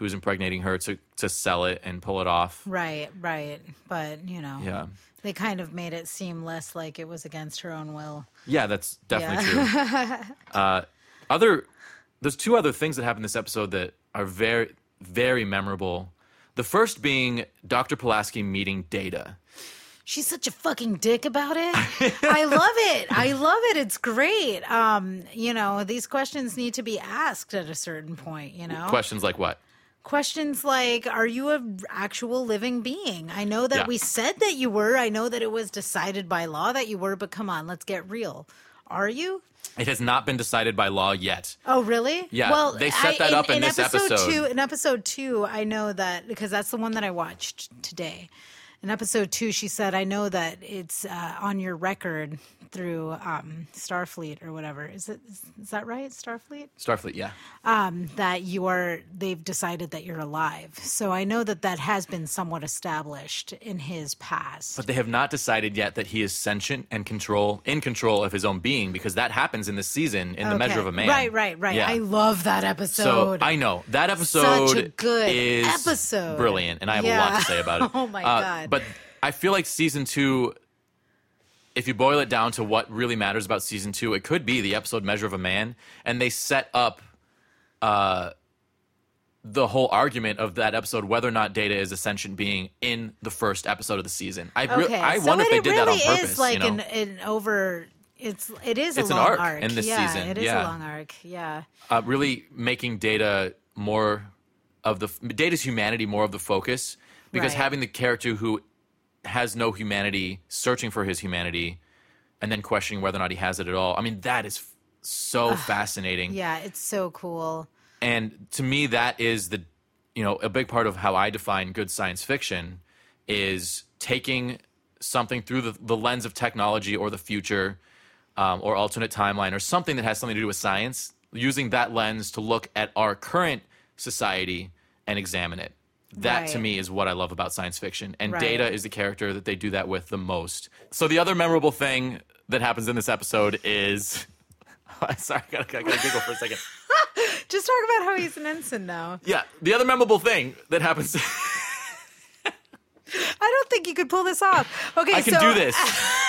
A: who's impregnating her to to sell it and pull it off.
B: right right but you know
A: Yeah.
B: they kind of made it seem less like it was against her own will
A: Yeah, that's definitely true. uh, other, there's two other things that happen in this episode that are very, very memorable. The first being Dr. Pulaski meeting Data.
B: she's such a fucking dick about it. I love it. I love it. It's great. Um, you know, these questions need to be asked at a certain point, you know.
A: Questions like what?
B: Questions like are you a actual living being? I know that
A: Yeah.
B: we said that you were. I know that it was decided by law that you were, but come on, let's get real. Are you?
A: It has not been decided by law yet.
B: Oh, really?
A: Yeah, they set that up in this episode.
B: Two, in episode two, I know that because that's the one that I watched today, in episode two, she said, "I know that it's uh, on your record through um, Starfleet or whatever. Is it is, is that right? Starfleet
A: Starfleet, yeah.
B: um, that you are. They've decided that you're alive. So I know that that has been somewhat established in his past.
A: But they have not decided yet that he is sentient and control in control of his own being because that happens in this season in the measure
B: Okay.
A: of a man.
B: Right, right, right.
A: Yeah.
B: I love that
A: so
B: episode.
A: I know that episode
B: good
A: is
B: episode.
A: brilliant, and I have a lot
B: Yeah.
A: to say about it. Uh,
B: Oh my God.
A: But I feel like season two, if you boil it down to what really matters about season two, it could be the episode "Measure of a Man," and they set up uh, the whole argument of that episode whether or not Data is a sentient being in the first episode of the season. I re-
B: okay.
A: I
B: so
A: wonder if
B: it
A: they did
B: really
A: that on purpose.
B: Is like
A: you know?
B: an, an over. It's it is a
A: It's an
B: long
A: arc in this
B: yeah,
A: season,
B: It is
A: yeah.
B: a long arc. Yeah.
A: uh, really making data more of the data's humanity more of the focus because
B: Right.
A: having the character who has no humanity searching for his humanity and then questioning whether or not he has it at all i mean that is f- so fascinating
B: Yeah. It's so cool.
A: and to me that is the you know a big part of how i define good science fiction is taking something through the, the lens of technology or the future um, or alternate timeline or something that has something to do with science using that lens to look at our current society and examine it that to
B: Right.
A: me is what i love about science fiction and
B: Right.
A: data is the character that they do that with the most so the other memorable thing that happens in this episode is sorry i gotta, I gotta giggle for a second
B: Just talk about how he's an ensign now.
A: yeah, the other memorable thing that happens.
B: I don't think you could pull this off. Okay.
A: I can
B: so,
A: do this.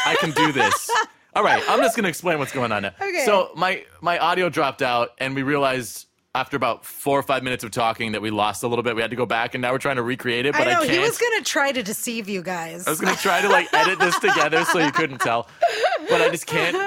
A: I can do this. All right, I'm just gonna explain what's going on now.
B: Okay.
A: So my my audio dropped out, and we realized after about four or five minutes of talking that we lost a little bit. We had to go back, and now we're trying to recreate it, but
B: I
A: I,
B: know
A: can't.
B: he was gonna try to deceive you guys.
A: I was gonna try to like edit this together so you couldn't tell, but I just can't.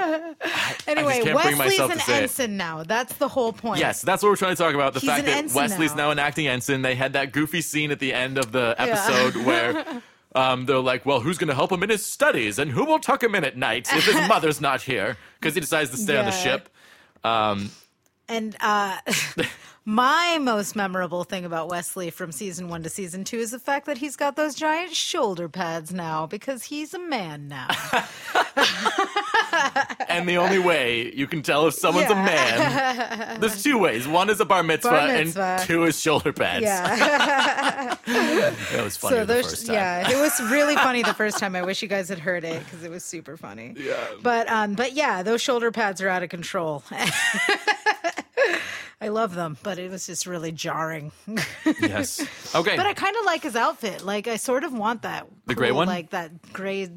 B: anyway,
A: can't bring
B: Wesley's
A: myself
B: an
A: to say it.
B: ensign now. That's the whole point.
A: Yes, that's what we're trying to talk about. The
B: He's
A: fact
B: an
A: that
B: ensign
A: Wesley's now.
B: now.
A: an acting ensign. They had that goofy scene at the end of the episode where um, they're like, well, who's going to help him in his studies and who will tuck him in at night if his mother's not here? Because he decides to stay on the
B: Yeah.
A: ship. Um,
B: And uh, my most memorable thing about Wesley from season one to season two is the fact that he's got those giant shoulder pads now because he's a man now.
A: And the only way you can tell if someone's a
B: Yeah.
A: man, there's two ways. One is a bar mitzvah,
B: Bar mitzvah.
A: and two is shoulder pads.
B: yeah.
A: That was funny
B: so
A: the
B: those,
A: first time.
B: yeah, it was really funny the first time. I wish you guys had heard it because it was super funny. Yeah. But um, but yeah, those shoulder pads are out of control. I love them, but it was just really jarring.
A: Yes. Okay.
B: But I kind of like his outfit. Like I sort of want that
A: The gray one?
B: like that gray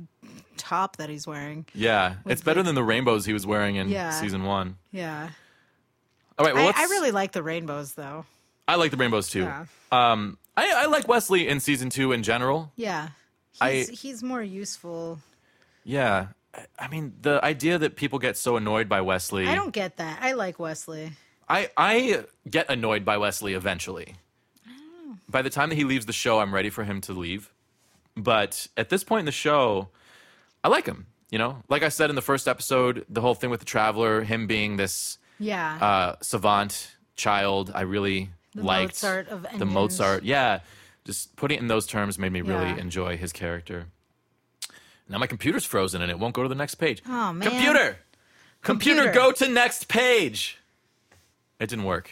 B: top that he's wearing.
A: yeah. It's better than the rainbows he was wearing in
B: Yeah.
A: season one.
B: Yeah.
A: All right. Well,
B: I,
A: let's-
B: I really like the rainbows though.
A: I like the rainbows too.
B: Yeah.
A: Um, I, I like Wesley in season two in general.
B: Yeah.
A: I-
B: He's, he's more useful.
A: Yeah. I- I mean, the idea that people get so annoyed by Wesley.
B: I don't get that. I like Wesley.
A: I, I get annoyed by Wesley eventually.
B: Oh.
A: By the time that he leaves the show, I'm ready for him to leave. But at this point in the show, I like him. You know, like I said in the first episode, the whole thing with the traveler, him being this
B: Yeah.
A: uh, savant child, I really liked
B: Mozart of
A: the
B: engines.
A: Mozart. Yeah, just putting it in those terms made me really
B: Yeah.
A: enjoy his character. Now my computer's frozen and it won't go to the next page.
B: Aw, Oh, man.
A: Computer, computer,
B: Computer.
A: go to next page. It didn't work.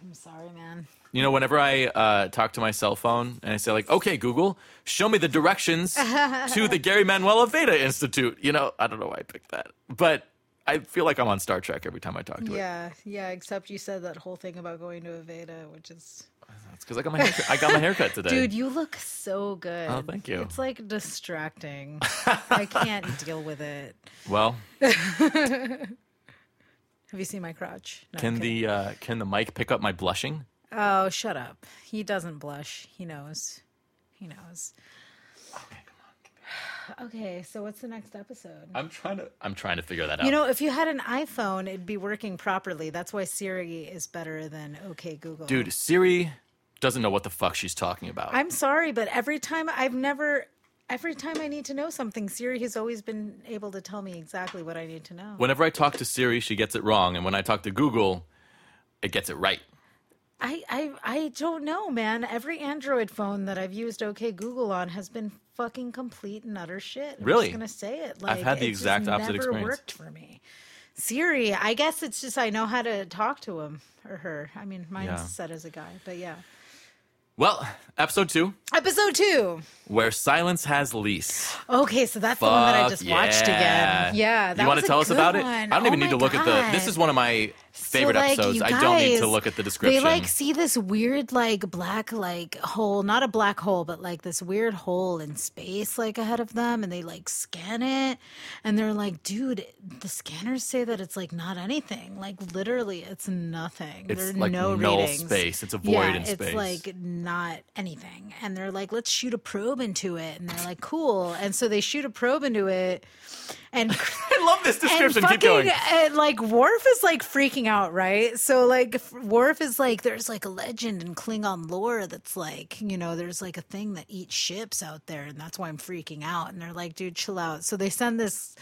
B: I'm sorry, man.
A: You know, whenever I uh, talk to my cell phone and I say like, "Okay, Google, show me the directions to the Gary Manuel Veda Institute," you know, I don't know why I picked that, but I feel like I'm on Star Trek every time I talk to it.
B: Yeah. Yeah. Except you said that whole thing about going to Aveda, which is.
A: It's because I got my hair, I got my haircut today.
B: Dude, you look so good.
A: Oh, thank you.
B: It's like distracting. I can't deal with it.
A: Well,
B: Have you seen my crotch? No,
A: can
B: I'm kidding.
A: the uh, can the mic pick up my blushing?
B: Oh, shut up. He doesn't blush. He knows. He knows. Okay, so what's the next episode?
A: I'm trying to I'm trying to figure that out.
B: You know, if you had an iPhone, it'd be working properly. That's why Siri is better than OK Google.
A: Dude, Siri doesn't know what the fuck she's talking about.
B: I'm sorry, but every time I've never, every time I need to know something, Siri has always been able to tell me exactly what I need to know.
A: Whenever I talk to Siri, she gets it wrong, and when I talk to Google, it gets it right.
B: I, I, I don't know, man. Every Android phone that I've used OK Google on has been fucking complete and utter shit. I'm
A: Really?
B: just gonna say it. Like
A: I've had the
B: it just
A: exact opposite
B: never
A: experience.
B: Worked for me. Siri, I guess it's just I know how to talk to him or her. I mean, mine's
A: Yeah.
B: set as a guy, but yeah.
A: Well, episode two,
B: Episode two.
A: where silence has lease.
B: Okay, so that's the one that I
A: Fuck
B: just watched
A: yeah.
B: again. Yeah, that
A: you want
B: was
A: to
B: a
A: tell us
B: good
A: about it? I
B: one.
A: don't
B: Oh
A: even need
B: my
A: to look at the. This
B: God.
A: is one of my
B: So,
A: favorite
B: like,
A: episodes.
B: you
A: I don't need to
B: guys,
A: look at the description.
B: They like see this weird like black like hole, not a black hole, but like this weird hole in space like ahead of them and they like scan it and they're like, dude, the scanners say that it's like not anything. Like literally it's nothing.
A: It's
B: there are
A: like
B: no
A: null
B: readings.
A: space. It's a void
B: yeah,
A: in space.
B: It's like not anything. And they're like, let's shoot a probe into it. And they're like, cool. And so they shoot a probe into it and
A: I love this description. Keep going.
B: and, like Worf is like freaking out, right? So like F- Worf is like, there's like a legend in Klingon lore that's like, you know, there's like a thing that eats ships out there, and that's why I'm freaking out. And they're like, dude, chill out. So they send this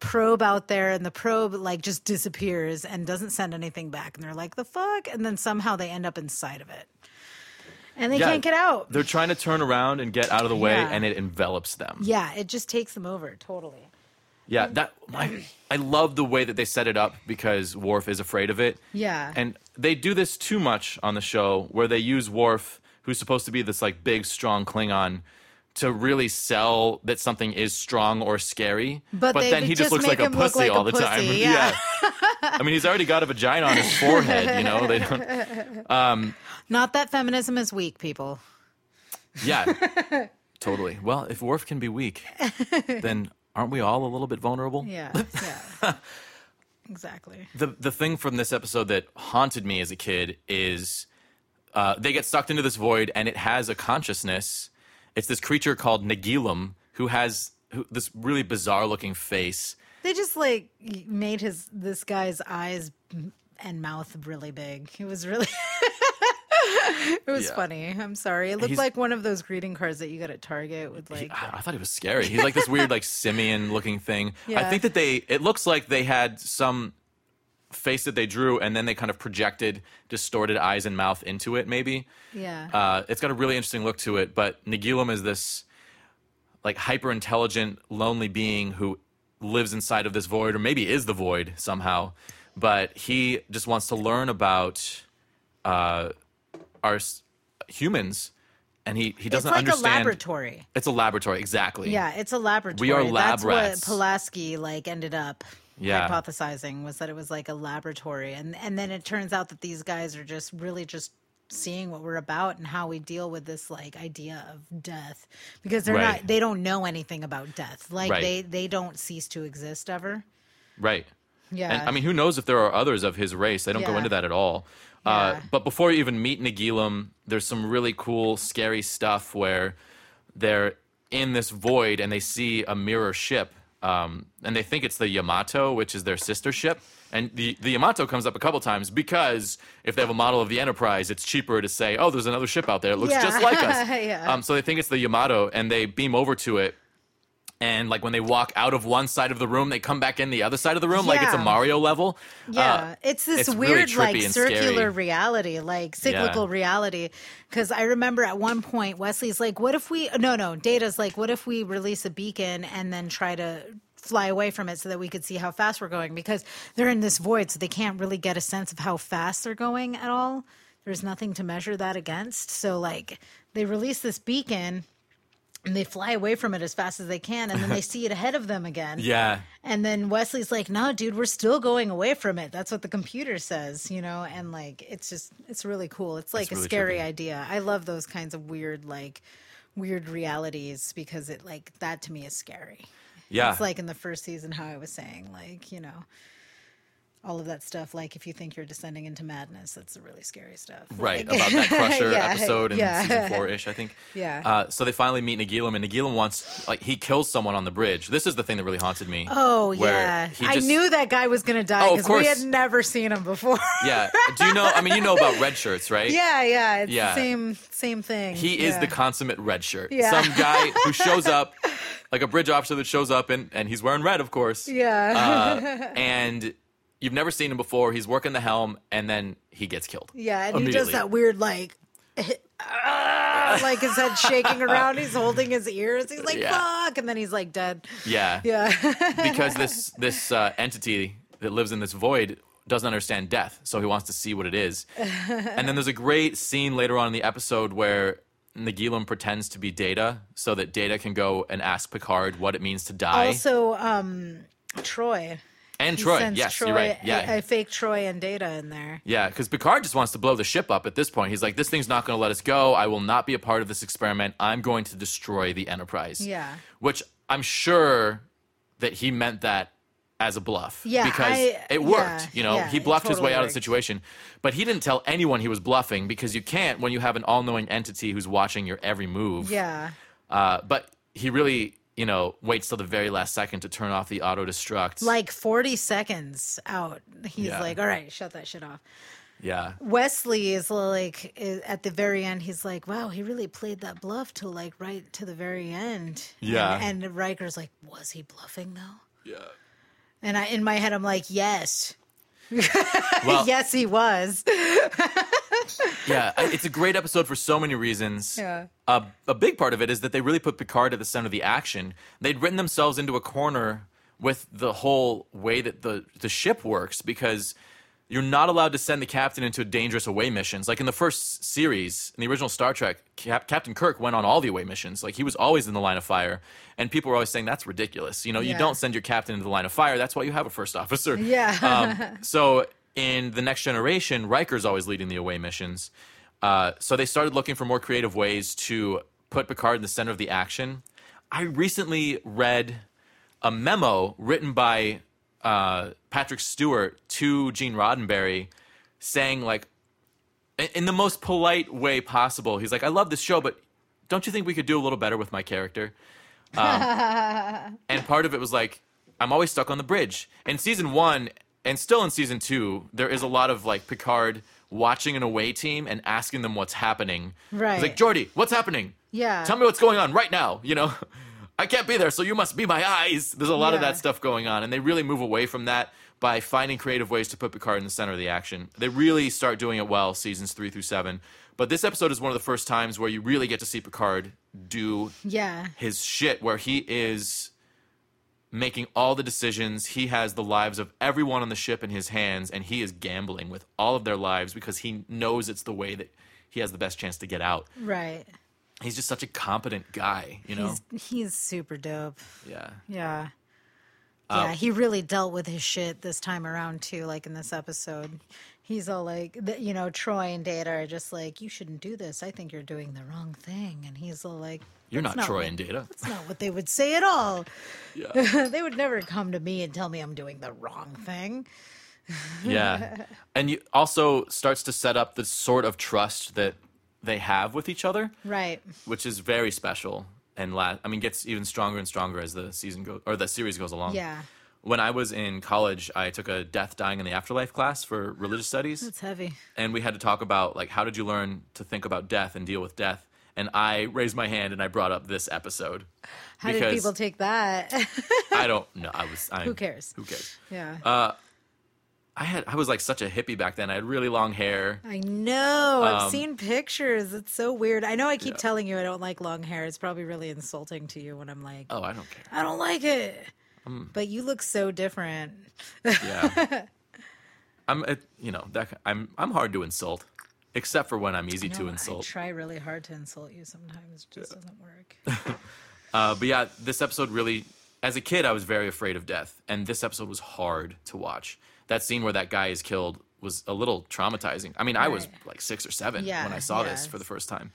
B: probe out there, and the probe like just disappears and doesn't send anything back. And they're like, the fuck? And then somehow they end up inside of it, and they
A: Yeah,
B: can't get out.
A: They're trying to turn around and get out of the way,
B: Yeah.
A: and it envelops them.
B: Yeah, it just takes them over totally.
A: Yeah, that my, I love the way that they set it up because Worf is afraid of it.
B: Yeah.
A: and they do this too much on the show, where they use Worf, who's supposed to be this like big, strong Klingon, to really sell that something is strong or scary.
B: But they
A: then he just,
B: just
A: looks
B: make
A: like a
B: him look
A: pussy
B: like a
A: all the
B: pussy,
A: time.
B: yeah.
A: I mean, he's already got a vagina on his forehead. You know, they don't.
B: Not that feminism is weak, people.
A: Yeah, totally. Well, if Worf can be weak, then aren't we all a little bit vulnerable?
B: Yeah, yeah. exactly.
A: the the thing from this episode that haunted me as a kid is uh, they get sucked into this void and it has a consciousness. It's this creature called Nagilum who has who, this really bizarre looking face.
B: They just like made his this guy's eyes and mouth really big. It was really It was
A: Yeah.
B: funny. I'm sorry. It looked
A: He's-
B: like one of those greeting cards that you got at Target with like
A: I, I thought he was scary. He's like this weird like simian looking thing. I
B: Yeah.
A: think that they it looks like they had some face that they drew and then they kind of projected distorted eyes and mouth into it maybe.
B: yeah.
A: Uh, it's got a really interesting look to it, but Nagilum is this like hyper intelligent, lonely being who lives inside of this void, or maybe is the void somehow. But he just wants to learn about uh, our s- humans, and he, he
B: it's
A: doesn't
B: like
A: understand.
B: a laboratory.
A: It's a laboratory, exactly.
B: Yeah, it's a laboratory.
A: are lab
B: That's
A: rats.
B: what Pulaski like ended up
A: Yeah.
B: hypothesizing was that it was like a laboratory, and and then it turns out that these guys are just really just seeing what we're about and how we deal with this like idea of death because they're
A: Right.
B: not they don't know anything about death like
A: Right.
B: they they don't cease to exist ever
A: Right.
B: yeah
A: And I mean, who knows if there are others of his race? They don't go
B: Yeah.
A: into that at all. Uh,
B: Yeah.
A: but before you even meet Nagilum, there's some really cool, scary stuff where they're in this void and they see a mirror ship. Um, and they think it's the Yamato, which is their sister ship. And the, the Yamato comes up a couple times because if they have a model of the Enterprise, it's cheaper to say, oh, there's another ship out there. It looks
B: Yeah.
A: just like us.
B: Yeah.
A: um, so they think it's the Yamato and they beam over to it and like when they walk out of one side of the room, they come back in the other side of the room, like it's a
B: Yeah.
A: Mario level.
B: Yeah,
A: Uh,
B: it's this
A: it's really
B: weird,
A: trippy
B: like
A: and scary.
B: circular reality, like cyclical reality. Because I remember at one point Wesley's like, "What if we?" No, no, Data's like, "What if we release a beacon and then try to fly away from it so that we could see how fast we're going?" Because they're in this void, so they can't really get a sense of how fast they're going at all. There's nothing to measure that against. So like, they release this beacon. And they fly away from it as fast as they can, and then they see it ahead of them again.
A: yeah.
B: And then Wesley's like, "No, dude, we're still going away from it. That's what the computer says, you know." And like, it's just, it's really cool. It's like
A: It's
B: a
A: really
B: scary
A: trippy.
B: idea. I love those kinds of weird, like, weird realities because it, like, that to me is scary.
A: Yeah.
B: It's like in the first season, how I was saying, like, you know, all of that stuff. Like, if you think you're descending into madness, that's the really scary stuff.
A: Right,
B: Like-
A: about that Crusher
B: Yeah,
A: episode in
B: yeah.
A: season four ish, I think.
B: Yeah.
A: Uh, so they finally meet Nagilum, and Nagilum wants, like, he kills someone on the bridge. This is the thing that really haunted me.
B: Oh
A: where
B: yeah,
A: he
B: I
A: just-
B: knew that guy was gonna die
A: Oh, of
B: because we had
A: course.
B: never seen him before.
A: Yeah. Do you know? I mean, you know about red shirts, right?
B: Yeah, yeah, it's
A: Yeah.
B: the same same thing.
A: He is
B: Yeah.
A: the consummate red shirt.
B: Yeah.
A: Some guy who shows up, like a bridge officer that shows up, and, and he's wearing red, of course.
B: yeah,
A: Uh, and you've never seen him before. He's working the helm, and then he gets killed.
B: yeah, and he does
A: immediately.
B: that weird like "Ah," like his head shaking around. He's holding his ears. He's like,
A: Yeah.
B: fuck. And then he's like dead.
A: Yeah.
B: Yeah.
A: Because this this uh, entity that lives in this void doesn't understand death, so he wants to see what it is. and then there's a great scene later on in the episode where Nagilum pretends to be Data, so that Data can go and ask Picard what it means to die.
B: also, um, Troy.
A: and
B: Oh, He
A: Troy,
B: sends
A: yes,
B: Troy,
A: you're right. Yeah,
B: I, fake Troy and Data in there.
A: Yeah, because Picard just wants to blow the ship up at this point. He's like, this thing's not going to let us go. I will not be a part of this experiment. I'm going to destroy the Enterprise.
B: Yeah.
A: Which I'm sure that he meant that as a bluff.
B: Yeah,
A: Because
B: I-
A: it
B: yeah,
A: worked. you know,
B: yeah,
A: he
B: it
A: bluffed his
B: totally
A: way out of the
B: worked.
A: situation. But he didn't tell anyone he was bluffing because you can't when you have an all knowing entity who's watching your every move.
B: Yeah.
A: Uh, but he really, you know, waits till the very last second to turn off the auto destruct.
B: Like 40 seconds out. He's
A: Yeah.
B: like, all right, shut that shit off.
A: yeah.
B: Wesley is like i- at the very end. He's like, "Wow, he really played that bluff to like right to the very end."
A: Yeah.
B: And, and Riker's like, "Was he bluffing though?"
A: Yeah.
B: And I, in my head, I'm like, "Yes,
A: Well,
B: yes, he was."
A: yeah, I- it's a great episode for so many reasons.
B: Yeah.
A: A, a big part of it is that they really put Picard at the center of the action. They'd written themselves into a corner with the whole way that the, the ship works because you're not allowed to send the captain into dangerous away missions. Like in the first series, in the original Star Trek, Cap- Captain Kirk went on all the away missions. Like he was always in the line of fire. And people were always saying, that's ridiculous. You know, you
B: Yeah.
A: don't send your captain into the line of fire. That's why you have a first officer.
B: Yeah.
A: Um, so in the next generation, Riker's always leading the away missions. Uh, so they started looking for more creative ways to put Picard in the center of the action. I recently read a memo written by uh, Patrick Stewart to Gene Roddenberry saying, like, in- in the most polite way possible, he's like, I love this show, but don't you think we could do a little better with my character? Um, and part of it was like I'm always stuck on the bridge. In season one, and still in season two, there is a lot of like Picard watching an away team and asking them what's happening.
B: Right.
A: He's like, Jordy, what's happening?
B: Yeah.
A: Tell me what's going on right now. You know, I can't be there, so you must be my eyes. There's a lot of
B: Yeah.
A: that stuff going on, and they really move away from that by finding creative ways to put Picard in the center of the action. They really start doing it well, seasons three through seven. But this episode is one of the first times where you really get to see Picard do
B: yeah.
A: his shit where he is making all the decisions. He has the lives of everyone on the ship in his hands and he is gambling with all of their lives because he knows it's the way that he has the best chance to get out.
B: Right.
A: He's just such a competent guy, you know.
B: He's he's super dope.
A: yeah.
B: Yeah.
A: Uh,
B: yeah, he really dealt with his shit this time around too. Like in this episode, he's all like, th- you know, Troy and Data are just like, "You shouldn't do this. I think you're doing the wrong thing." And he's all like,
A: You're
B: "That's
A: not Troy and Data.
B: That's not what they would say at all.
A: Yeah.
B: they would never come to me and tell me I'm doing the wrong thing.
A: yeah. And you also starts to set up the sort of trust that they have with each other.
B: Right.
A: which is very special and la- I mean gets even stronger and stronger as the season goes or the series goes along.
B: Yeah.
A: When I was in college, I took a death, dying, and the afterlife class for religious studies,
B: It's heavy.
A: and we had to talk about like how did you learn to think about death and deal with death. And I raised my hand and I brought up this episode.
B: How did
A: Because-
B: people take that?
A: I don't know. I was. i
B: Who cares?
A: Who cares?
B: yeah.
A: Uh, I had. I was like such a hippie back then. I had really long hair.
B: I know.
A: um,
B: I've seen pictures. It's so weird. I know I keep telling you I don't like long hair. It's probably really insulting to you when I'm like,
A: Oh, I don't care.
B: I don't like it.
A: Mm.
B: But you look so different.
A: Yeah. I'm, it, you know, that I'm, I'm hard to insult, except for when I'm easy to
B: No, I
A: insult.
B: try really hard to insult you sometimes. It just doesn't work.
A: Uh, but yeah, this episode really, as a kid, I was very afraid of death, and this episode was hard to watch. That scene where that guy is killed was a little traumatizing. I mean, I was like six or seven
B: Yeah,
A: when I saw
B: yeah,
A: this for
B: it's-
A: the first time.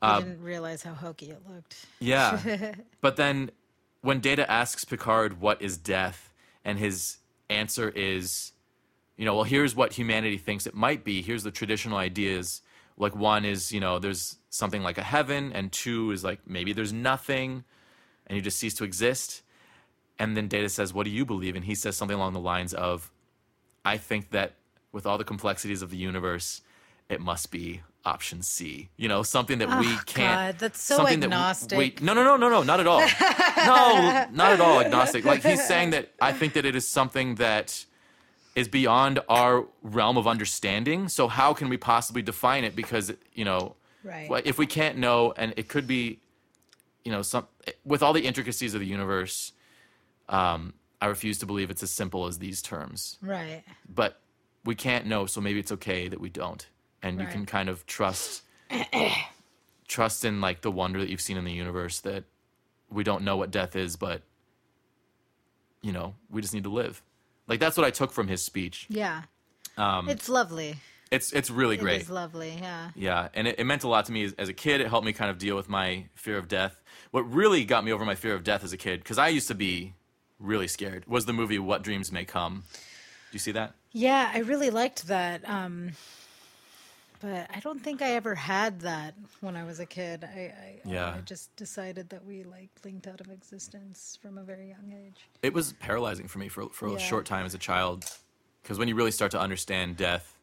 B: I didn't realize how hokey it looked.
A: Yeah. but then when Data asks Picard what is death, and his answer is, you know, well, here's what humanity thinks it might be. Here's the traditional ideas. Like, one is, you know, there's something like a heaven, and two is like maybe there's nothing and you just cease to exist. And then Data says, What do you believe? And he says something along the lines of, I think that with all the complexities of the universe, it must be option C. You know, something that we can't.
B: Ah, God, that's so
A: something that we-
B: agnostic.
A: we- no, no, no, no, no, not at all. no, not at all agnostic. Like he's saying that I think that it is something that is beyond our realm of understanding. So how can we possibly define it? Because you know,
B: Right.
A: Well, if we can't know, and it could be, you know, some with all the intricacies of the universe, um, I refuse to believe it's as simple as these terms.
B: Right.
A: But we can't know, so maybe it's okay that we don't, and you
B: Right.
A: can kind of trust, trust in like the wonder that you've seen in the universe that we don't know what death is, but you know, we just need to live. Like that's what I took from his speech.
B: Yeah.
A: Um,
B: It's lovely.
A: it's it's really great.
B: It is lovely. Yeah.
A: Yeah, and it, it meant a lot to me as, as a kid. It helped me kind of deal with my fear of death. What really got me over my fear of death as a kid, because I used to be really scared, was the movie What Dreams May Come. Do you see that?
B: Yeah, I really liked that. Um, but I don't think I ever had that when I was a kid. I, I,
A: Yeah.
B: I just decided that we like blinked out of existence from a very young age.
A: It was paralyzing for me for, for
B: Yeah.
A: a short time as a child, because when you really start to understand death,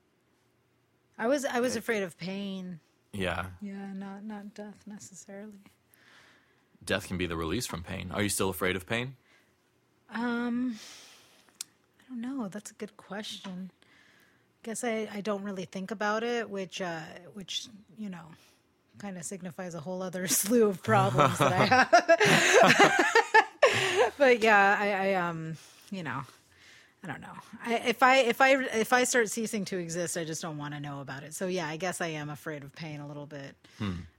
B: I was I was afraid of pain.
A: yeah,
B: Yeah, not not death necessarily.
A: death can be the release from pain. Are you still afraid of pain?
B: Um, I don't know. That's a good question. Guess I, I don't really think about it, which uh, which you know, kind of signifies a whole other slew of problems that I have. but yeah, I, I um, you know, I don't know. I, if I if I if I start ceasing to exist, I just don't want to know about it. So yeah, I guess I am afraid of pain a little bit.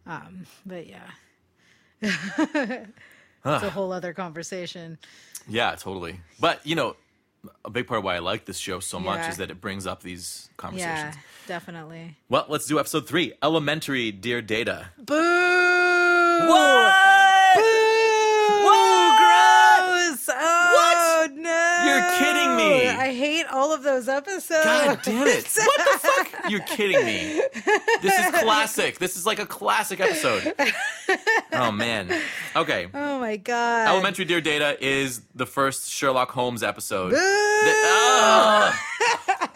B: Um, but yeah, it's a whole other conversation.
A: Yeah, totally. But, you know, a big part of why I like this show so much
B: Yeah.
A: is that it brings up these conversations.
B: Yeah, definitely.
A: Well, let's do episode three Elementary Dear Data.
B: Boo!
A: What?
B: Gross! Oh,
A: What?
B: no!
A: You're kidding me.
B: I hate all of those episodes.
A: God damn it. What the fuck? You're kidding me. This is classic. This is like a classic episode. Oh, man. Okay.
B: Oh my god!
A: Elementary Dear Data is the first Sherlock Holmes episode.
B: Boo!
A: Ugh.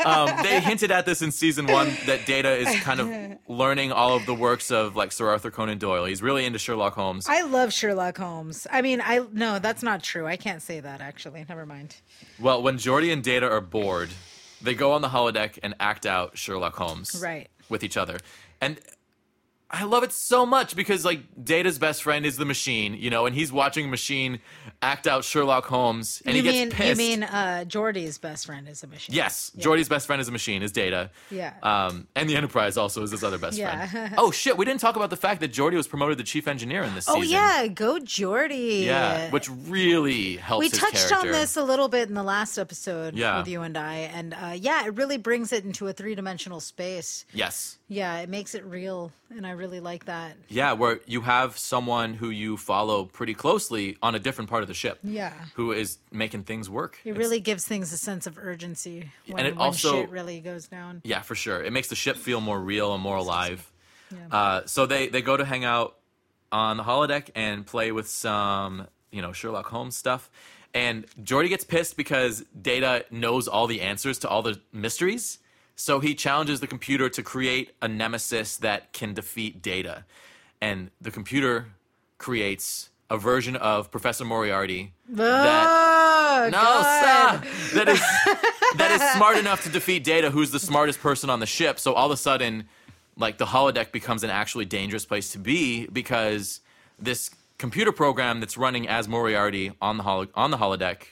A: Um, they hinted at this in season one that Data is kind of learning all of the works of like Sir Arthur Conan Doyle. He's really into Sherlock Holmes.
B: I love Sherlock Holmes. I mean, I no, that's not true. I can't say that actually. Never mind.
A: Well, when Jordy and Data are bored, they go on the holodeck and act out Sherlock Holmes.
B: Right.
A: With each other. And I love it so much because like Data's best friend is the machine, you know, and he's watching a machine act out Sherlock Holmes and
B: you
A: he
B: mean
A: gets pissed.
B: you mean uh, Jordy's best friend is a machine?
A: Yes, Jordy's best friend is a machine, is Data.
B: Yeah.
A: Um, and the Enterprise also is his other best
B: Yeah.
A: friend. Oh shit, we didn't talk about the fact that Jordy was promoted to chief engineer in this
B: Oh
A: season.
B: yeah, go Jordy.
A: Yeah, which really helps
B: we
A: his
B: touched on
A: character.
B: this a little bit in the last episode
A: Yeah.
B: with you and I, and uh, yeah, it really brings it into a three dimensional space.
A: Yes.
B: Yeah, it makes it real, and I really like that.
A: Yeah, where you have someone who you follow pretty closely on a different part of the ship.
B: Yeah.
A: Who is making things work.
B: It
A: It's-
B: really gives things a sense of urgency when,
A: And it
B: when
A: also-
B: shit really goes down.
A: yeah, for sure. It makes the ship feel more real and more alive. Uh, so they, they go to hang out on the holodeck and play with some, you know, Sherlock Holmes stuff. And Jordy gets pissed because Data knows all the answers to all the mysteries. So he challenges the computer to create a nemesis that can defeat Data. And the computer creates a version of Professor Moriarty that no,
B: oh, God.
A: stop. That is that is smart enough to defeat Data, who's the smartest person on the ship. So all of a sudden, like the holodeck becomes an actually dangerous place to be because this computer program that's running as Moriarty on the holo- on the holodeck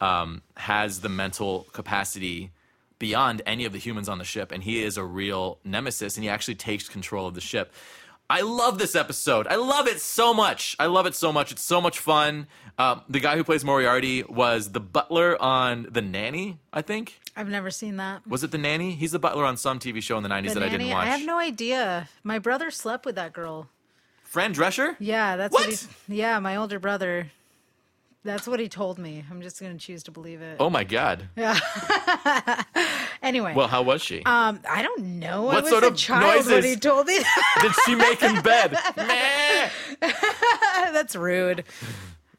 A: um, has the mental capacity beyond any of the humans on the ship, and he is a real nemesis, and he actually takes control of the ship. I love this episode. I love it so much. I love it so much. It's so much fun. Um, the guy who plays Moriarty was the butler on The Nanny, I think.
B: I've never seen that.
A: Was it The Nanny? He's the butler on some TV show in the 90s that I didn't
B: Nanny?
A: watch.
B: have no idea. My brother slept with that girl.
A: Fran Drescher?
B: Yeah, that's
A: What?
B: what, he. Yeah, my older brother. That's what he told me. I'm just gonna choose to believe it.
A: Oh my God.
B: Anyway,
A: Well, how was she?
B: um, I don't know. I
A: What
B: was
A: sort
B: a
A: of
B: child when
A: noises?
B: he told me. that.
A: Did she make in bed? Meh.
B: that's rude.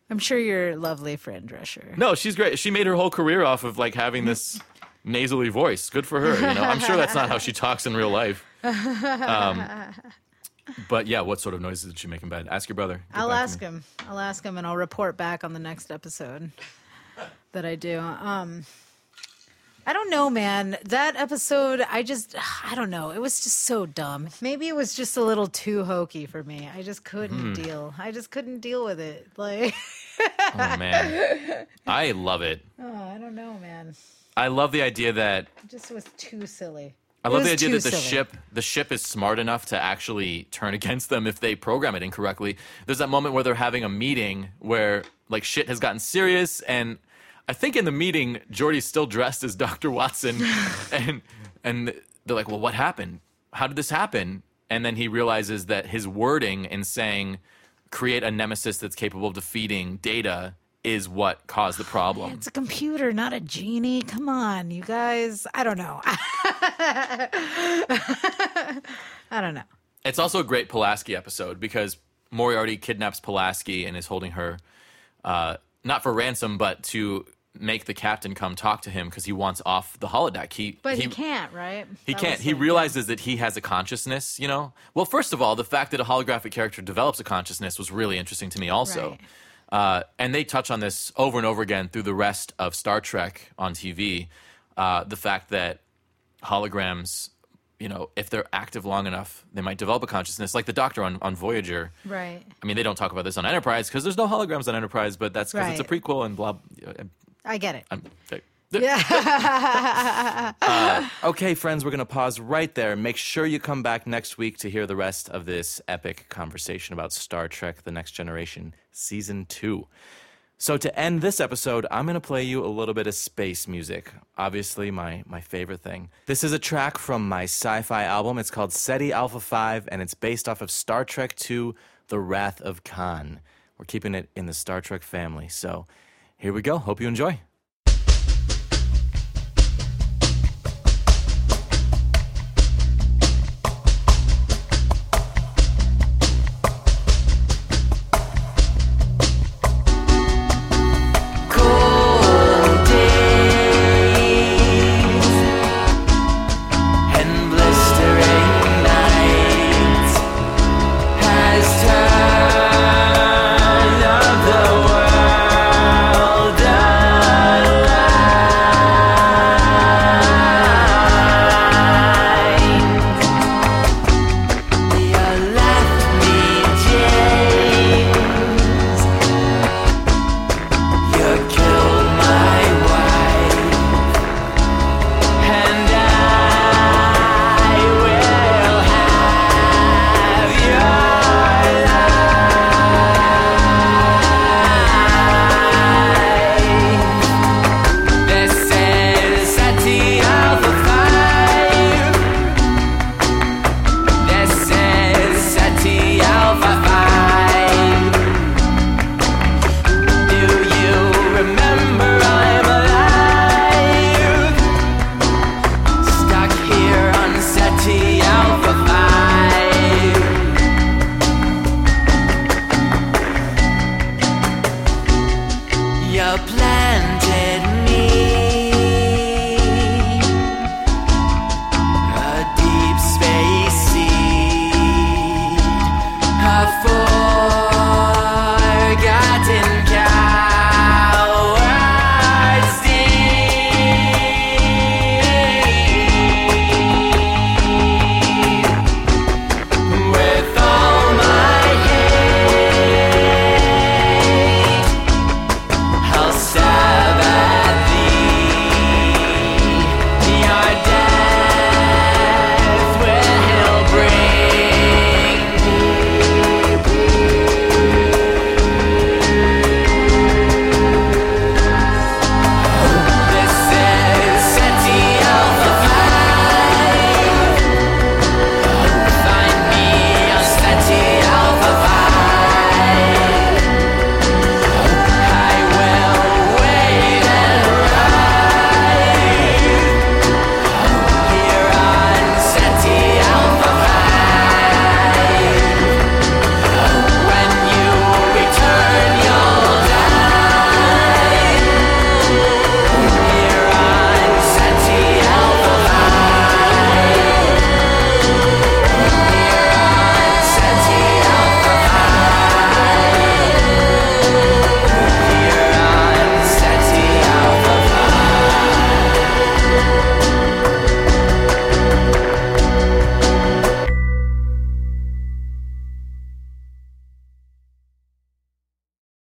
B: I'm sure you're lovely, friend Drescher.
A: No, she's great. She made her whole career off of like having this nasally voice. Good for her. You know, I'm sure that's not how she talks in real life. Um, but yeah, what sort of noises did she make in bed? Ask your brother. Get
B: I'll
A: back to
B: ask
A: me.
B: him. I'll ask him, and I'll report back on the next episode that I do. Um, I don't know, man. That episode, I just, I don't know. It was just so dumb. Maybe it was just a little too hokey for me. I just couldn't
A: Hmm.
B: deal. I just couldn't deal with it. Like,
A: Oh man, I love it.
B: oh, I don't know, man.
A: I love the idea that
B: It just was too silly.
A: I love the idea that the ship the ship is smart enough to actually turn against them if they program it incorrectly. There's that moment where they're having a meeting where like shit has gotten serious and I think in the meeting Jordy's still dressed as Dr. Watson and and they're like, "Well, what happened? How did this happen?" And then he realizes that his wording in saying create a nemesis that's capable of defeating data is what caused the problem.
B: It's a computer, not a genie. Come on, you guys. I don't know. I don't know.
A: It's also a great Pulaski episode because Moriarty kidnaps Pulaski and is holding her, uh, not for ransom, but to make the captain come talk to him because he wants off the holodeck. He
B: But he, can't, right?
A: He
B: That
A: can't.
B: was
A: He
B: the-
A: realizes that he has a consciousness. You know. Well, first of all, the fact that a holographic character develops a consciousness was really interesting to me, also.
B: Right.
A: Uh, and they touch on this over and over again through the rest of Star Trek on TV. Uh, the fact that holograms, you know, if they're active long enough, they might develop a consciousness, like the Doctor on, on Voyager.
B: Right.
A: I mean, they don't talk about this on Enterprise because there's no holograms on Enterprise, but that's because it's a
B: Right.
A: prequel and blah. uh,
B: I get it.
A: I'm,
B: yeah.
C: Uh, Okay, friends, we're going to pause right there. Make sure you come back next week to hear the rest of this epic conversation about Star Trek The Next Generation Season 2. So, to end this episode, I'm going to play you a little bit of space music. Obviously, my, my favorite thing. This is a track from my sci fi album. It's called SETI Alpha 5, and it's based off of Star Trek II The Wrath of Khan. We're keeping it in the Star Trek family. So, here we go. Hope you enjoy.